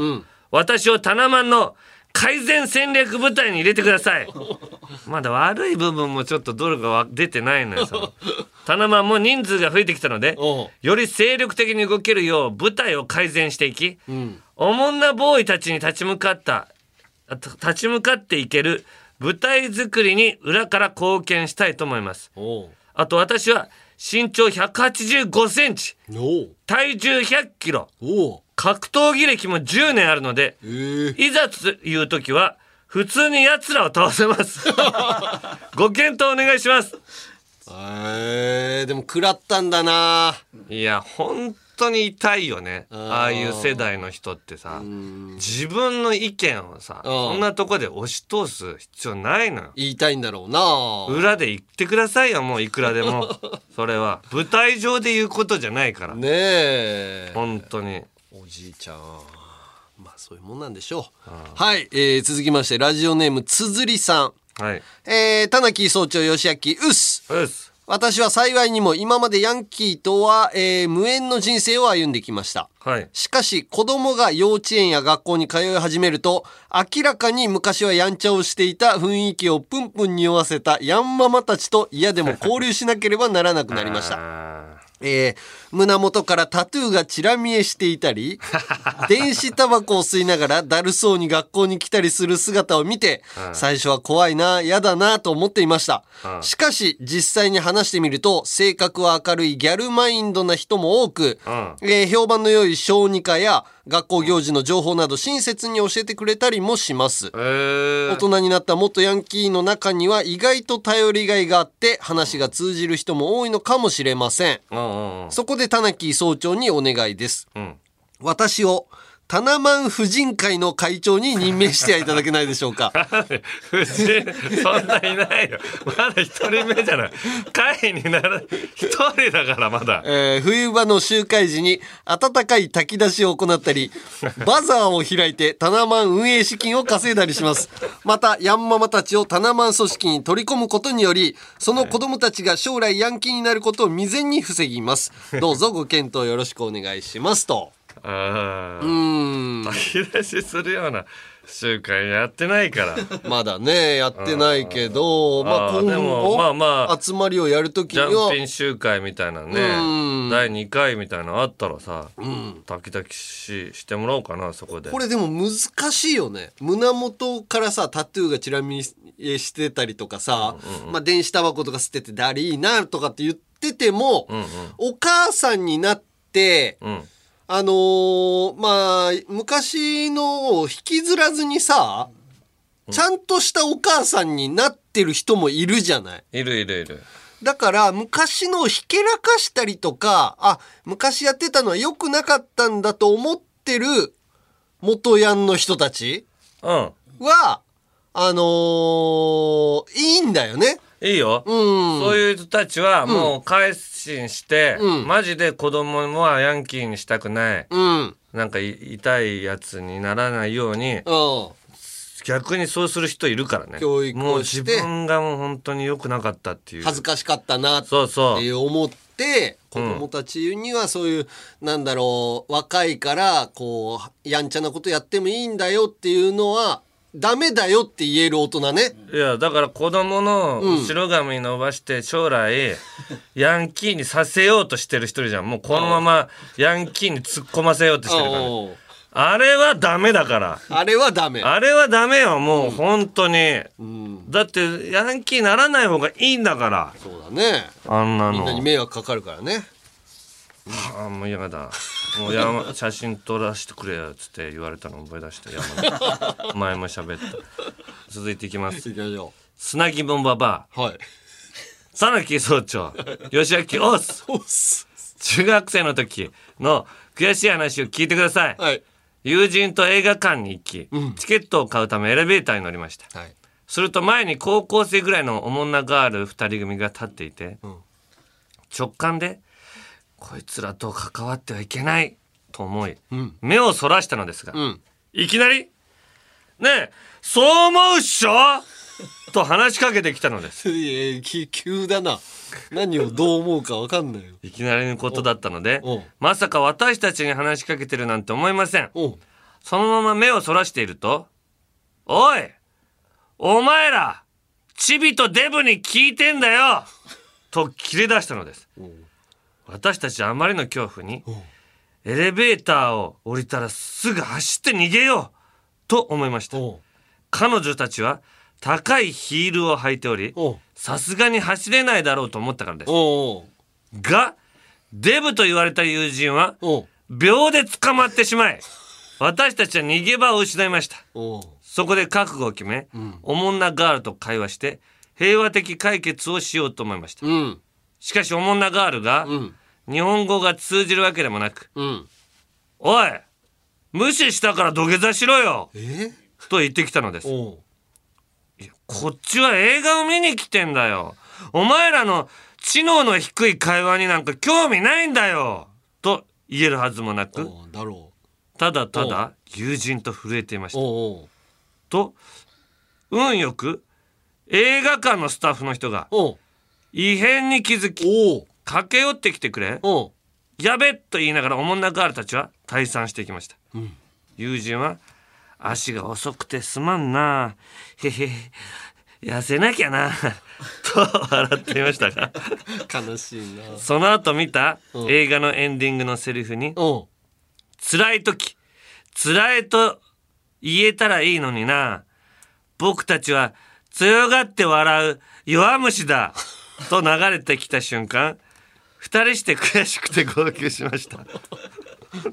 [SPEAKER 4] 私をタナマンの改善戦略部隊に入れてくださ いまだ悪い部分もちょっとどれかは出てないのよ そのタナマンも人数が増えてきたのでより精力的に動けるよう部隊を改善していき、おもんなボーイたちに立ち向かったあと立ち向かっていける舞台作りに裏から貢献したいと思いますあと私は身長185センチ体重100キロ格闘技歴も10年あるので、いざという時は普通に奴らを倒せますご検討お願いします
[SPEAKER 5] えー、でも食らったんだない
[SPEAKER 4] や本当に痛いよねああいう世代の人ってさ自分の意見をさそんなとこで押し通す必要ないのよ
[SPEAKER 5] 言いたいんだろうな
[SPEAKER 4] 裏で言ってくださいよもういくらでもそれは舞台上で言うことじゃないから
[SPEAKER 5] ねえ
[SPEAKER 4] 本当に
[SPEAKER 5] おじいちゃんまあそういうもんなんでしょう、はい、えー、続きましてラジオネームつづりさん
[SPEAKER 4] はい
[SPEAKER 5] えー、田中総長義明うっす
[SPEAKER 4] うっす
[SPEAKER 5] 私は幸いにも今までヤンキーとは、えー無縁の人生を歩んできました。
[SPEAKER 4] はい
[SPEAKER 5] しかし子供が幼稚園や学校に通い始めると明らかに昔はやんちゃをしていた雰囲気をプンプン匂わせたヤンママたちと嫌でも交流しなければならなくなりました。えー胸元からタトゥーがちら見えしてい たり電子タバコを吸いながらだるそうに学校に来たりする姿を見て、
[SPEAKER 13] うん
[SPEAKER 5] 最初は怖いな嫌だなと思っていました、
[SPEAKER 13] うん
[SPEAKER 5] しかし実際に話してみると性格は明るいギャルマインドな人も多く、えー評判の良い小児科や学校行事の情報など親切に教えてくれたりもします、大人になった元ヤンキーの中には意外と頼りがいがあって話が通じる人も多いのかもしれません、 そこで田中総長にお願いです、私をタナマン婦人会の会長に任命していただけないでしょうか
[SPEAKER 4] 夫人そんないないよまだ一人目じゃない会になら一人だからまだ
[SPEAKER 5] えー冬場の集会時に温かい炊き出しを行ったり、バザーを開いてタナマン運営資金を稼いだりします。また、ヤンママたちをタナマン組織に取り込むことにより、その子供たちが将来ヤンキーになることを未然に防ぎます。どうぞご検討よろしくお願いしますと。
[SPEAKER 4] ああ
[SPEAKER 5] うん
[SPEAKER 4] 炊き出しするような習慣やってない から
[SPEAKER 5] まだね、やってないけど、
[SPEAKER 4] ん
[SPEAKER 5] まあ
[SPEAKER 4] あーで
[SPEAKER 5] 今後、
[SPEAKER 4] もまあまあ
[SPEAKER 5] 集まりをやるとき
[SPEAKER 4] ジ
[SPEAKER 5] に
[SPEAKER 4] ャンピ
[SPEAKER 5] は、
[SPEAKER 4] ン集会みたいなね
[SPEAKER 5] うん
[SPEAKER 4] 第2回みたいなのあったらさ
[SPEAKER 5] ん
[SPEAKER 4] 炊き炊きししてもらおうかなそこで
[SPEAKER 5] これでも難しいよね胸元からさタトゥーがちら見えしてたりとかさ、まあ、電子タバコとか吸っててだりーなとかって言ってても、
[SPEAKER 4] うんうん
[SPEAKER 5] お母さんになって
[SPEAKER 4] うん
[SPEAKER 5] あのーまあ昔のを引きずらずにさちゃんとしたお母さんになってる人もいるじゃない。
[SPEAKER 4] いるいるいる
[SPEAKER 5] だから昔のをひけらかしたりとかあ昔やってたのは良くなかったんだと思ってる元ヤンの人たち
[SPEAKER 4] うん
[SPEAKER 5] はあのーいいんだよね。
[SPEAKER 4] いいよ、そういう人たちはもう改心して、
[SPEAKER 5] うん
[SPEAKER 4] マジで子供はヤンキーにしたくない、
[SPEAKER 5] うん
[SPEAKER 4] なんかい痛いやつにならないように、逆にそうする人いるからね
[SPEAKER 5] 教育
[SPEAKER 4] もう
[SPEAKER 5] を
[SPEAKER 4] 自
[SPEAKER 5] して
[SPEAKER 4] 分がもう本当に良くなかったっていう
[SPEAKER 5] 恥ずかしかったなって
[SPEAKER 4] そうそう
[SPEAKER 5] 思って子
[SPEAKER 4] うん
[SPEAKER 5] 供たちにはそういう、なんだろう若いからこうやんちゃなことやってもいいんだよっていうのはダメだよって言える大人ね。
[SPEAKER 4] いやだから子供の
[SPEAKER 5] うん
[SPEAKER 4] 後ろ髪伸ばして将来、 ヤンキーにさせようとしてる一人じゃんもうこのままヤンキーに突っ込ませようとしてるからね、あれはダメだから
[SPEAKER 5] あれはダメ
[SPEAKER 4] あれはダメよもう本当に、だってヤンキーならない方がいいんだから
[SPEAKER 5] そうだね
[SPEAKER 4] あんなの
[SPEAKER 5] みんなに迷惑かかるからね。
[SPEAKER 4] あもう嫌だもう 山写真撮らせてくれよっつって言われたの思い出して山 に前も喋った続いていきます
[SPEAKER 5] 行きましょう
[SPEAKER 4] 砂木ボンババ
[SPEAKER 5] アはい
[SPEAKER 4] 佐野木総長吉明オス
[SPEAKER 5] オス
[SPEAKER 4] 中学生の時の悔しい話を聞いてください、友人と映画館に行き、チケットを買うためエレベーターに乗りました、すると前に高校生ぐらいのおもんなガール2人組が立っていて、直感でこいつらと関わってはいけないと思い、目をそらしたのですが、いきなり「ねえそう思うっしょ!」 と話しかけてきたのです
[SPEAKER 5] いやき急だな何をどう思うか分かんないよ
[SPEAKER 4] いきなりのことだったのでまさか私たちに話しかけてるなんて思いませんそのまま目をそらしていると「おいお前らチビとデブに聞いてんだよ!」と切れ出したのです私たちあまりの恐怖にエレベーターを降りたらすぐ走って逃げようと思いました彼女たちは高いヒールを履いておりさすがに走れないだろうと思ったからですがデブと言われた友人は秒で捕まってしまい私たちは逃げ場を失いましたそこで覚悟を決め、おもんなガールと会話して平和的解決をしようと思いました、しかしおもんなガールが、日本語が通じるわけでもなく「おい無視したから土下座しろよ!」と言ってきたのですいやこっちは映画を見に来てんだよお前らの知能の低い会話になんか興味ないんだよと言えるはずもなくただただ友人と震えていましたと運よく映画館のスタッフの人が異変に気づき駆け寄ってきてくれやべっと言いながらおもんなガールたちは退散していきました友人は足が遅くてすまんなへへ痩せなきゃな と笑っていましたが
[SPEAKER 5] 悲しいな
[SPEAKER 4] その後見た映画のエンディングのセリフに「辛い時辛いと言えたらいいのにな僕たちは強がって笑う弱虫だ」と流れてきた瞬間二人して悔しくて号泣しました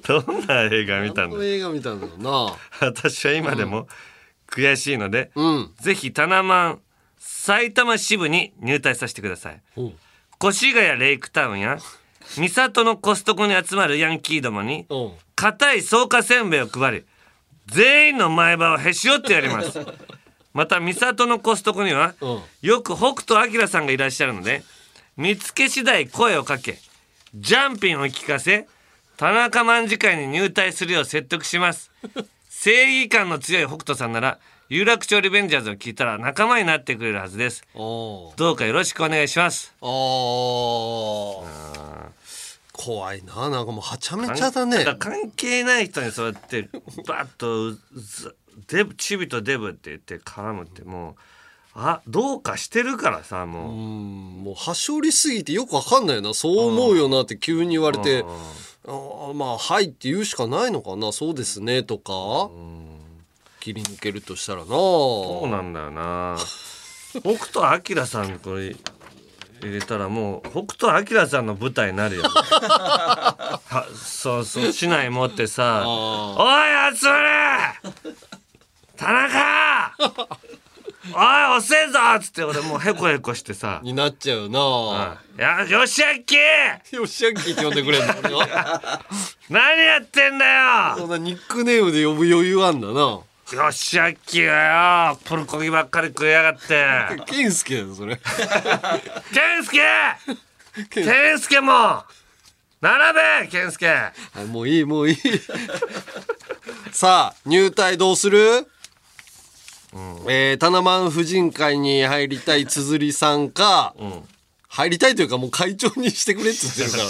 [SPEAKER 4] どんな映画見たんだ
[SPEAKER 5] この映画見たんだろうな
[SPEAKER 4] 私は今でも悔しいので、ぜひタナマン埼玉支部に入隊させてください越谷レイクタウンや三郷のコストコに集まるヤンキーどもに硬い草加せんべいを配り全員の前歯をへし折ってやりますまた三郷のコストコにはよく北斗晶さんがいらっしゃるので見つけ次第声をかけジャンピンを聞かせ田中卍会に入隊するよう説得します正義感の強い北斗さんなら有楽町リベンジャーズを聞いたら仲間になってくれるはずですどうかよろしくお願いします
[SPEAKER 5] お怖いななんかもうはちゃめちゃだね
[SPEAKER 4] だから関係ない人にそうやってバッとうずデブチビとデブって言って絡むってもうあどうかしてるからさもう
[SPEAKER 5] もうはしょりすぎてよくわかんないなそう思うよなって急に言われてあーまあ「はい」って言うしかないのかな「そうですね」とか切り抜けるとしたらなそう
[SPEAKER 4] なんだよな北斗晶さんこれ入れたらもう北斗晶さんの舞台にな るよはそうそう市内持ってさ「おい集まれ田 中おい遅えぞ!」っつって俺もうへこへこしてさ
[SPEAKER 5] になっちゃうな
[SPEAKER 4] やよしあっき
[SPEAKER 5] よしあっきって呼んでくれんの 俺は
[SPEAKER 4] 何やってんだよ
[SPEAKER 5] そんなニックネームで呼ぶ余裕あんだな
[SPEAKER 4] よしあっきがよプルコギばっかり食いやがって
[SPEAKER 5] ケンスケだよそれ
[SPEAKER 4] 健介健介も並べ健介
[SPEAKER 5] あもういいもういい さあ入隊どうする、えー、タナマン婦人会に入りたい綴さんか、入りたいというかもう会長にしてくれって言ってる からね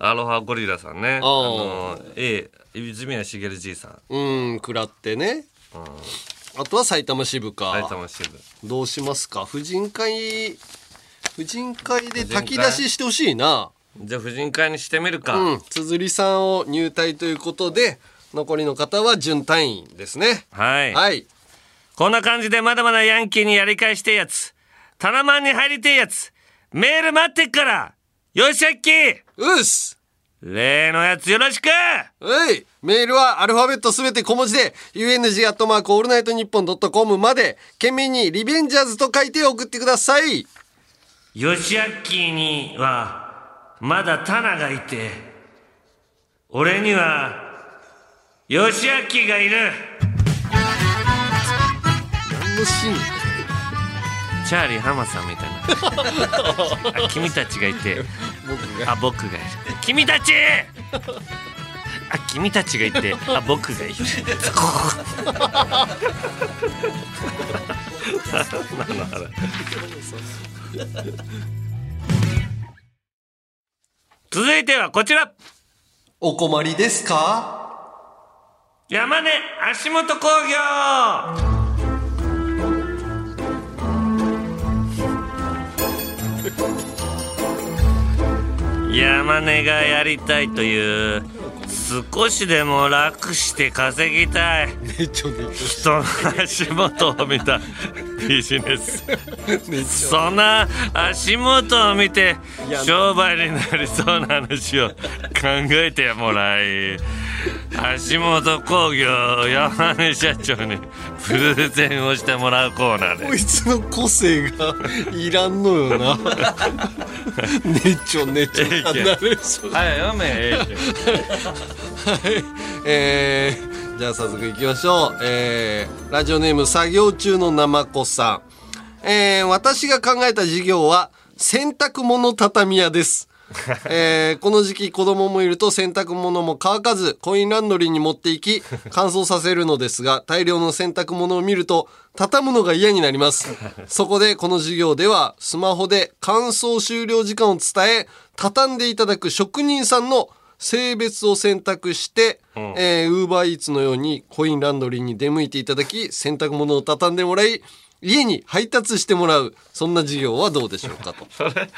[SPEAKER 4] アロハゴリラさんねあ
[SPEAKER 5] あー
[SPEAKER 4] の A 泉谷しげるじいさん
[SPEAKER 5] うん食らってね、あとは埼玉支部か
[SPEAKER 4] 埼玉支部
[SPEAKER 5] どうしますか婦人会婦人会で炊き出ししてほしいな
[SPEAKER 4] じゃあ婦人会にしてみるか、
[SPEAKER 5] うん綴りさんを入隊ということで残りの方は準隊員ですね
[SPEAKER 4] はい、
[SPEAKER 5] はい
[SPEAKER 4] こんな感じでまだまだヤンキーにやり返してえやつタナマンに入りてえやつメール待ってっからよしあっき
[SPEAKER 5] うっす
[SPEAKER 4] 例のやつよろしく
[SPEAKER 5] はいメールはアルファベットすべて小文字で UNG アットマークオールナイトニッポンドットコムまで懸命にリベンジャーズと書いて送ってください
[SPEAKER 4] よしあっきーにはまだタナがいて
[SPEAKER 15] 俺には義明がいる
[SPEAKER 5] 何のシーン
[SPEAKER 4] チャーリー浜さんみたいな あ君たちがいてあ僕がいる君たちあ君たちがいてあ僕がいるなんだあれ続いてはこちら
[SPEAKER 5] お困りですか
[SPEAKER 15] 山根足元工業山根がやりたいという少しでも楽して稼ぎたい人の足元を見たビジネスそんな足元を見て商売になりそうな話を考えてもらい足元工業山根社長にプレゼンをしてもらうコーナーです
[SPEAKER 5] こいつの個性がいらんのよ なねちょねちょなナレーション
[SPEAKER 4] はい読め
[SPEAKER 5] はいえー、じゃあ早速いきましょう、えー、ラジオネーム作業中のなまこさん、えー、私が考えた事業は洗濯物畳屋ですえーこの時期子供もいると洗濯物も乾かずコインランドリーに持って行き乾燥させるのですが大量の洗濯物を見ると畳むのが嫌になりますそこでこの授業ではスマホで乾燥終了時間を伝え畳んでいただく職人さんの性別を選択して、えー、ウーバーイーツのようにコインランドリーに出向いていただき洗濯物を畳んでもらい家に配達してもらうそんな事業はどうでしょうかと
[SPEAKER 4] それ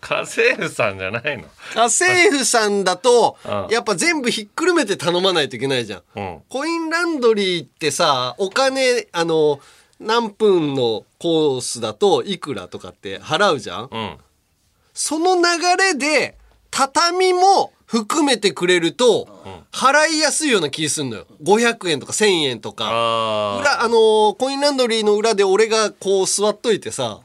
[SPEAKER 4] 家政婦さんじゃないの
[SPEAKER 5] 家政婦さんだと
[SPEAKER 4] うん
[SPEAKER 5] やっぱ全部ひっくるめて頼まないといけないじゃん、コインランドリーってさお金あの何分のコースだといくらとかって払うじゃん、その流れで畳も含めてくれると払いやすいような気すんのよ500円とか1000円とか裏あのーコインランドリーの裏で俺がこう座っといてさ、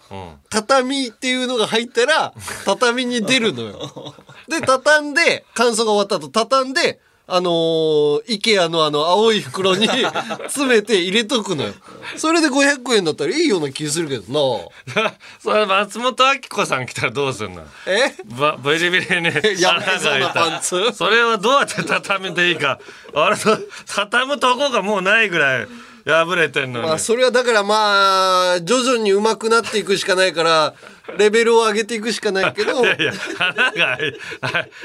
[SPEAKER 5] 畳っていうのが入ったら畳に出るの よ。で畳んで乾燥が終わった後畳んであのー、IKEA のあの青い袋に 詰めて入れとくのよ。それで500円だったらいいような気するけど
[SPEAKER 4] それ松本明子さん来たらどうすんの
[SPEAKER 5] え
[SPEAKER 4] ばブリブリに
[SPEAKER 5] やばそうなパン
[SPEAKER 4] ツそれはどうやって畳めていいかあれと畳むとこがもうないぐらい破れてんの
[SPEAKER 5] な。
[SPEAKER 4] に、
[SPEAKER 5] まあそれはだからまあ徐々に上手くなっていくしかないからレベルを上げていくしかないけ ど
[SPEAKER 4] い。やいや穴が開い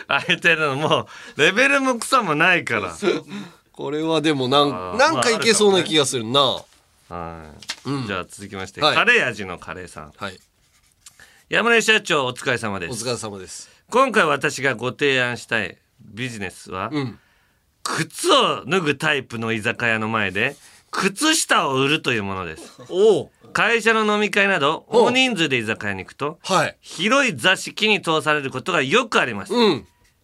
[SPEAKER 4] あ開いてるのもうレベルも草もないから
[SPEAKER 5] これはでもなん
[SPEAKER 4] ー
[SPEAKER 5] なんかいけそうな気がするな。
[SPEAKER 4] はい、じゃあ続きまして、
[SPEAKER 5] はい
[SPEAKER 4] カレー味のカレーさん、
[SPEAKER 5] はい、
[SPEAKER 4] 山根社長お疲れ様です
[SPEAKER 5] お疲れ様です。
[SPEAKER 4] 今回私がご提案したいビジネスは、靴を脱ぐタイプの居酒屋の前で靴下を売るというもの です会社の飲み会など大人数で居酒屋に行くと、広い座敷に通されることがよくあります、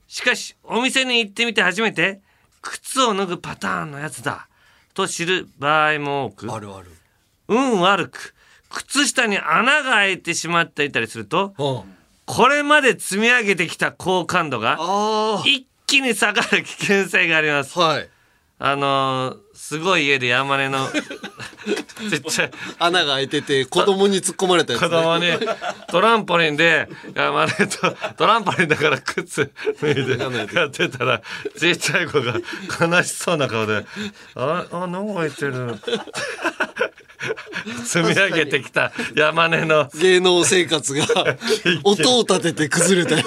[SPEAKER 4] しかしお店に行ってみて初めて靴を脱ぐパターンのやつだと知る場合も多く運悪く靴下に穴が開いてしまっていたりすると、これまで積み上げてきた好感度が一気に下がる危険性があります。あのーすごい家で山根 のちっちゃい
[SPEAKER 5] 穴が開いてて子供に突っ込まれたやつ、ね、
[SPEAKER 4] 子供にトランポリンで山根とトランポリンだから靴脱いでやってたらちっちゃい子が悲しそうな顔で「ああ何が開いて る」積み上げてきた山根の
[SPEAKER 5] 芸能生活が音を立てて崩れたよ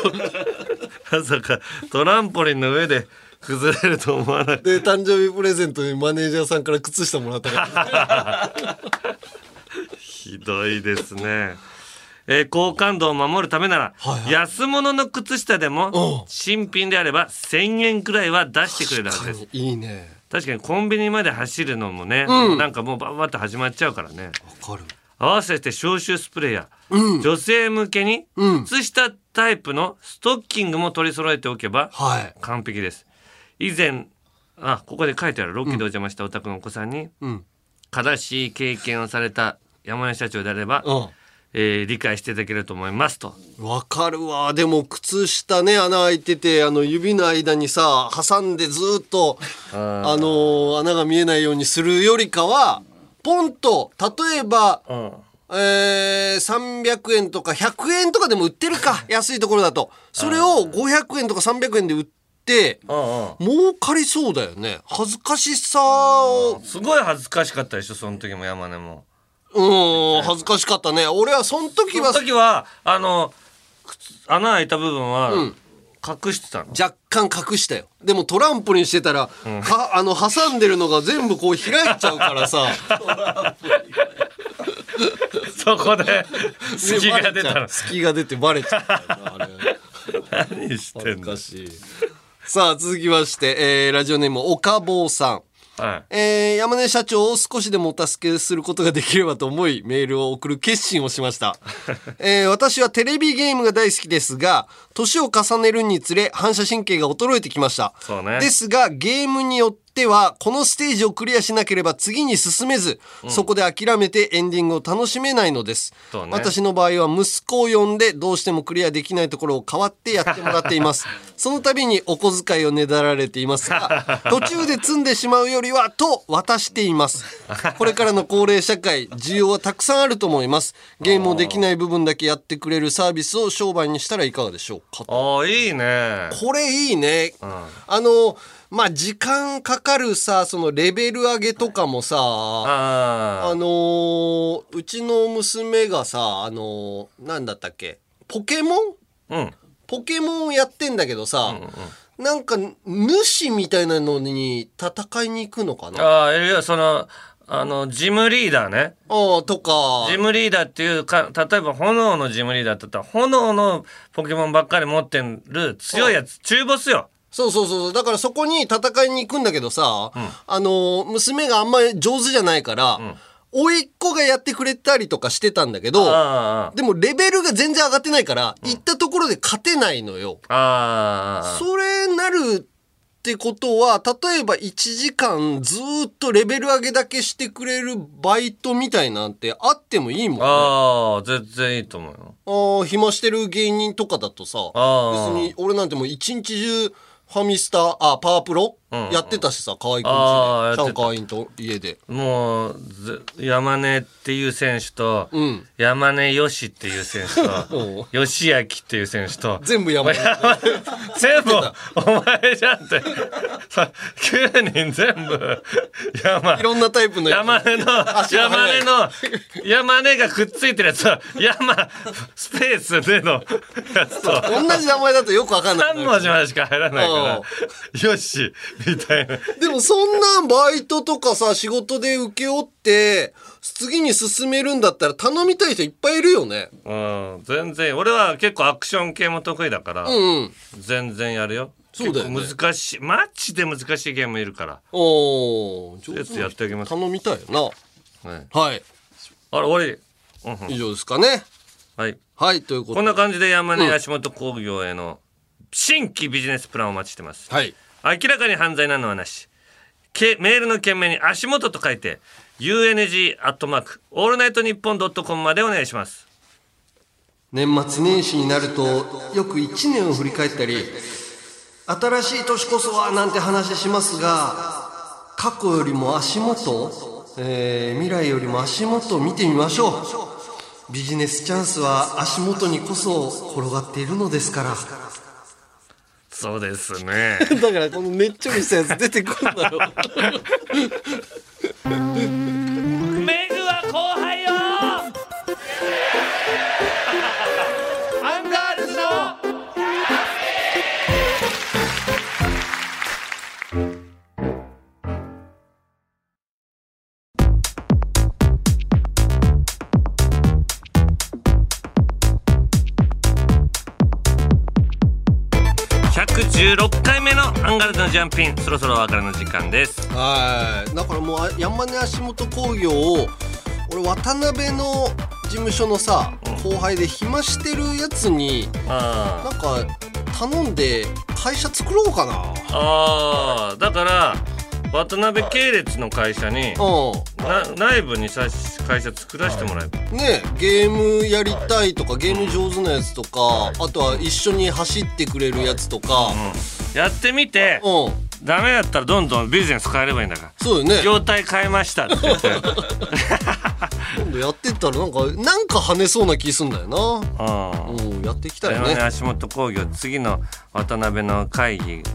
[SPEAKER 4] まさかトランポリンの上で崩れると思わない
[SPEAKER 5] で誕生日プレゼントにマネージャーさんから靴下もらったから
[SPEAKER 4] ひどいですね。えー好感度を守るためなら、安物の靴下でも新品であれば1,000円くらいは出してくれるはず です。
[SPEAKER 5] いいね
[SPEAKER 4] 確かにコンビニまで走るのもね、
[SPEAKER 5] うん
[SPEAKER 4] なんかもうバンバンと始まっちゃうからね
[SPEAKER 5] わかる
[SPEAKER 4] 合わせて消臭スプレーや、女性向けに靴下タイプのストッキングも取り揃えておけば完璧です、以前あここで書いてあるロッキーでお邪魔したお宅のお子さんに、
[SPEAKER 5] うん
[SPEAKER 4] 悲しい経験をされた山根社長であれば、えー理解していただけると思いますと。
[SPEAKER 5] わかるわ。でも、靴下ね、穴開いてて、あの、指の間にさ、挟んでずーっと、あのー穴が見えないようにするよりかは、ポンと、例えば、えー300円とか100円とかでも売ってる か、安いところだと。それを500円とか300円で売って、儲かりそうだよね。恥ずかしさを。
[SPEAKER 4] すごい恥ずかしかったでしょその時も山根も。
[SPEAKER 5] うん、恥ずかしかったね。俺はその時は。
[SPEAKER 4] その時は、あの、靴穴開いた部分は、隠してたの、
[SPEAKER 5] 若干隠したよ。でもトランポリンしてたら、かあの、挟んでるのが全部こう開いちゃうからさ。
[SPEAKER 4] そこ で、 隙が出たの。
[SPEAKER 5] 隙が出てバレちゃったよなあれ
[SPEAKER 4] 何してんの
[SPEAKER 5] さあ、続きまして、えーラジオネーム、岡坊さん。えー山根社長を少しでもお助けすることができればと思い、メールを送る決心をし ました。えー私はテレビゲームが大好きですが、年を重ねるにつれ反射神経が衰えてきました。
[SPEAKER 4] そうね
[SPEAKER 5] ですが、ゲームによっては、このステージをクリアしなければ次に進めず、
[SPEAKER 4] うん
[SPEAKER 5] そこで諦めてエンディングを楽しめないのです。
[SPEAKER 4] そうね
[SPEAKER 5] 私の場合は息子を呼んで、どうしてもクリアできないところを代わってやってもらって います。その度にお小遣いをねだられていま すが、途中で積んでしまうよりは、と渡しています。これからの高齢社会、需要はたくさんあると思います。ゲームをできない部分だけやってくれるサービスを商売にしたらいかがでしょうか。
[SPEAKER 4] ああ、いいね。
[SPEAKER 5] これいいね。
[SPEAKER 4] うん
[SPEAKER 5] あの、まあ、時間かかるさ、そのレベル上げとかもさ、あのーうちの娘がさ、あのーなんだったっけ、ポケモン、ポケモンやってんだけどさ、なんか、主みたいなのに戦いに行くのかな
[SPEAKER 4] ああ、いや、その、あの、ジムリーダーね。
[SPEAKER 5] とか。
[SPEAKER 4] ジムリーダーっていうか、例えば炎のジムリーダーだったら、炎のポケモンばっかり持ってる強いやつ、中ボスよ。
[SPEAKER 5] そうそうそうそう。だからそこに戦いに行くんだけどさ、あの、娘があんまり上手じゃないから、甥っ子がやってくれたりとかしてたんだけど、でもレベルが全然上がってないから、行ったところで勝てないのよ。
[SPEAKER 4] あ
[SPEAKER 5] それなるってことは、例えば1時間ずーっとレベル上げだけしてくれるバイトみたいなんてあってもいいもんね。
[SPEAKER 4] ああ、全然いいと思うよ。
[SPEAKER 5] あー暇してる芸人とかだとさ
[SPEAKER 4] あー
[SPEAKER 5] 別に俺なんてもう一日中ファミスターあパワープロ、
[SPEAKER 4] んうん
[SPEAKER 5] やってたしさ河合くんちで
[SPEAKER 4] ああ
[SPEAKER 5] ちゃん河合と家で
[SPEAKER 4] もうず山根っていう選手と、山根よしっていう選手 と吉明っていう選手と
[SPEAKER 5] 全部 山根
[SPEAKER 4] 全部お前じゃんってさ9人全部山
[SPEAKER 5] いろんなタイプのやつ
[SPEAKER 4] 山根の
[SPEAKER 5] 足が
[SPEAKER 4] 山
[SPEAKER 5] 速い
[SPEAKER 4] 根の山根がくっついてるやつは山スペースでのやつと
[SPEAKER 5] 同じ名前だとよくわかんない
[SPEAKER 4] 3文字までしか入らないからよしみたいな。
[SPEAKER 5] でもそんなバイトとかさ仕事で請け負って次に進めるんだったら頼みたい人いっぱいいるよね
[SPEAKER 4] うん、全然俺は結構アクション系も得意だから、
[SPEAKER 5] うんうん
[SPEAKER 4] 全然やるよ
[SPEAKER 5] そうだよね
[SPEAKER 4] 結構難しいマッチで難しいゲームいるから
[SPEAKER 5] おおち
[SPEAKER 4] やつやっておきます
[SPEAKER 5] 頼みたいよ
[SPEAKER 4] なはい、あ
[SPEAKER 5] はい、
[SPEAKER 4] れ終わり
[SPEAKER 5] 以上ですかね
[SPEAKER 4] はい、
[SPEAKER 5] はい、ということで
[SPEAKER 4] こんな感じで山根足元工業への新規ビジネスプランをお待ちしてます、
[SPEAKER 5] はい、
[SPEAKER 4] 明らかに犯罪なのはなしけメールの件名に足元と書いて UNG アットマークオールナイトニッポンドットコムまでお願いします
[SPEAKER 5] 年末年始になるとよく1年を振り返ったり新しい年こそはなんて話しますが過去よりも足元、えー未来よりも足元を見てみましょうビジネスチャンスは足元にこそ転がっているのですから
[SPEAKER 4] そうです ね
[SPEAKER 5] だからこのねっちょりしたやつ出てくるんだろ
[SPEAKER 15] メグは後輩よアンガールズの
[SPEAKER 4] 116回目のアンガールズのジャンピンそろそろお別れの時間です
[SPEAKER 5] はいだからもうあ山根足元工業を俺渡辺の事務所のさ後輩で暇してるやつに
[SPEAKER 4] あ
[SPEAKER 5] なんか頼んで会社作ろうかな
[SPEAKER 4] あーだから渡辺系列の会社にな内部にさ会社作らせてもらえば、
[SPEAKER 5] ねゲームやりたいとか、ゲーム上手なやつとか、あとは一緒に走ってくれるやつとか、
[SPEAKER 4] やってみて、ダメだったらどんどんビジネス変えればいいんだから
[SPEAKER 5] そうよね
[SPEAKER 4] 業態変えましたって 言って
[SPEAKER 5] 今度やってったらなんかなんか跳ねそうな気すんだよな
[SPEAKER 4] うん
[SPEAKER 5] やっていきたいよ
[SPEAKER 4] これを
[SPEAKER 5] ね
[SPEAKER 4] 足元工業次の渡辺の会議に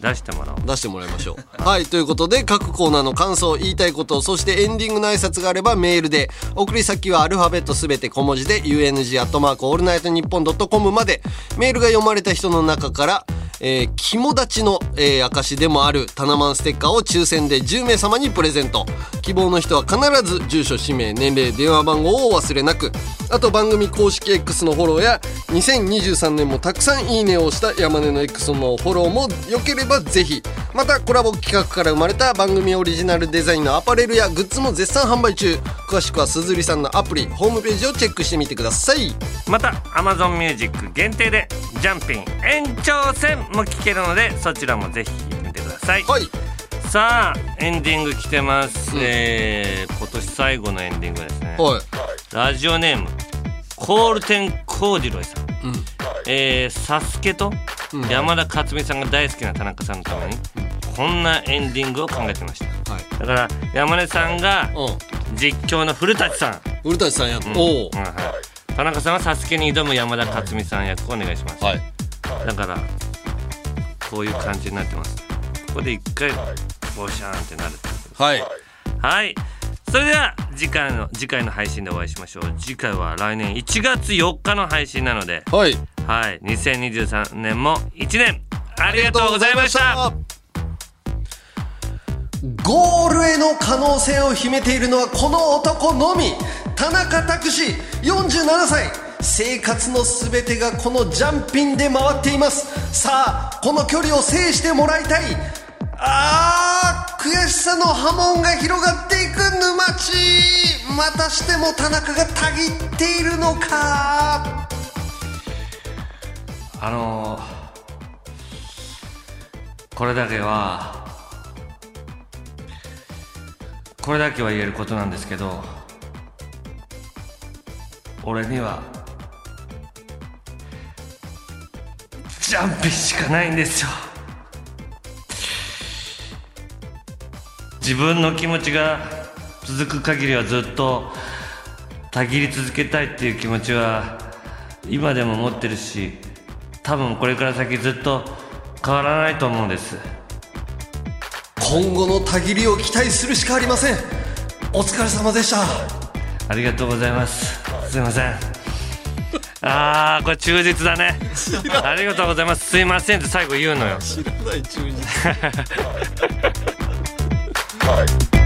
[SPEAKER 4] 出してもらおう
[SPEAKER 5] 出してもらいましょうはいということで各コーナーの感想言いたいことそしてエンディングの挨拶があればメールで送り先はアルファベットすべて小文字で「UNG」「アットマークオールナイトニッポン」ドットコムまでメールが読まれた人の中からえー肝立ちの、えー証でもあるタナマンステッカーを抽選で10名様にプレゼント希望の人は必ず住所氏名年齢電話番号をお忘れなくあと番組公式 X のフォローや2023年もたくさんいいねをした山根の X のフォローも良ければぜひまたコラボ企画から生まれた番組オリジナルデザインのアパレルやグッズも絶賛販売中詳しくはすずりさんのアプリホームページをチェックしてみてください
[SPEAKER 4] また AmazonMusic 限定で「ジャンピン延長戦」も聴けるのでそちらもぜひ聴いてみてください、さあエンディング来てます、えー今年最後のエンディングですね、
[SPEAKER 5] はい
[SPEAKER 4] ラジオネームコールテンコーディロイさん、えーサスケと山田勝美さんが大好きな田中さんのためにこんなエンディングを考えてました、だから山根さんが実況の古舘さん
[SPEAKER 5] 古舘さんや
[SPEAKER 4] おお田中さんはサスケに挑む山田勝美さん役をお願いします、だからこういう感じになってますここで一回ボシャーンってなるってこと
[SPEAKER 5] はい
[SPEAKER 4] はいそれでは次回の次回の配信でお会いしましょう次回は来年1月4日の配信なので
[SPEAKER 5] はい、
[SPEAKER 4] はい、2023年も1年ありがとうございました
[SPEAKER 5] ゴールへの可能性を秘めているのはこの男のみ田中拓司47歳生活の全てがこのジャンピンで回っていますさあこの距離を制してもらいたいあー悔しさの波紋が広がっていく沼地またしても田中がたぎっているのか
[SPEAKER 4] あのー、これだけはこれだけは言えることなんですけど俺にはジャンピンしかないんですよ自分の気持ちが続く限りはずっとたぎり続けたいっていう気持ちは今でも持ってるし多分これから先ずっと変わらないと思うんです
[SPEAKER 5] 今後のたぎりを期待するしかありませんお疲れ様でした
[SPEAKER 4] ありがとうございますすいませんあーこれ忠実だねありがとうございますすいませんって最後言うのよ
[SPEAKER 5] 知らない中日
[SPEAKER 4] はい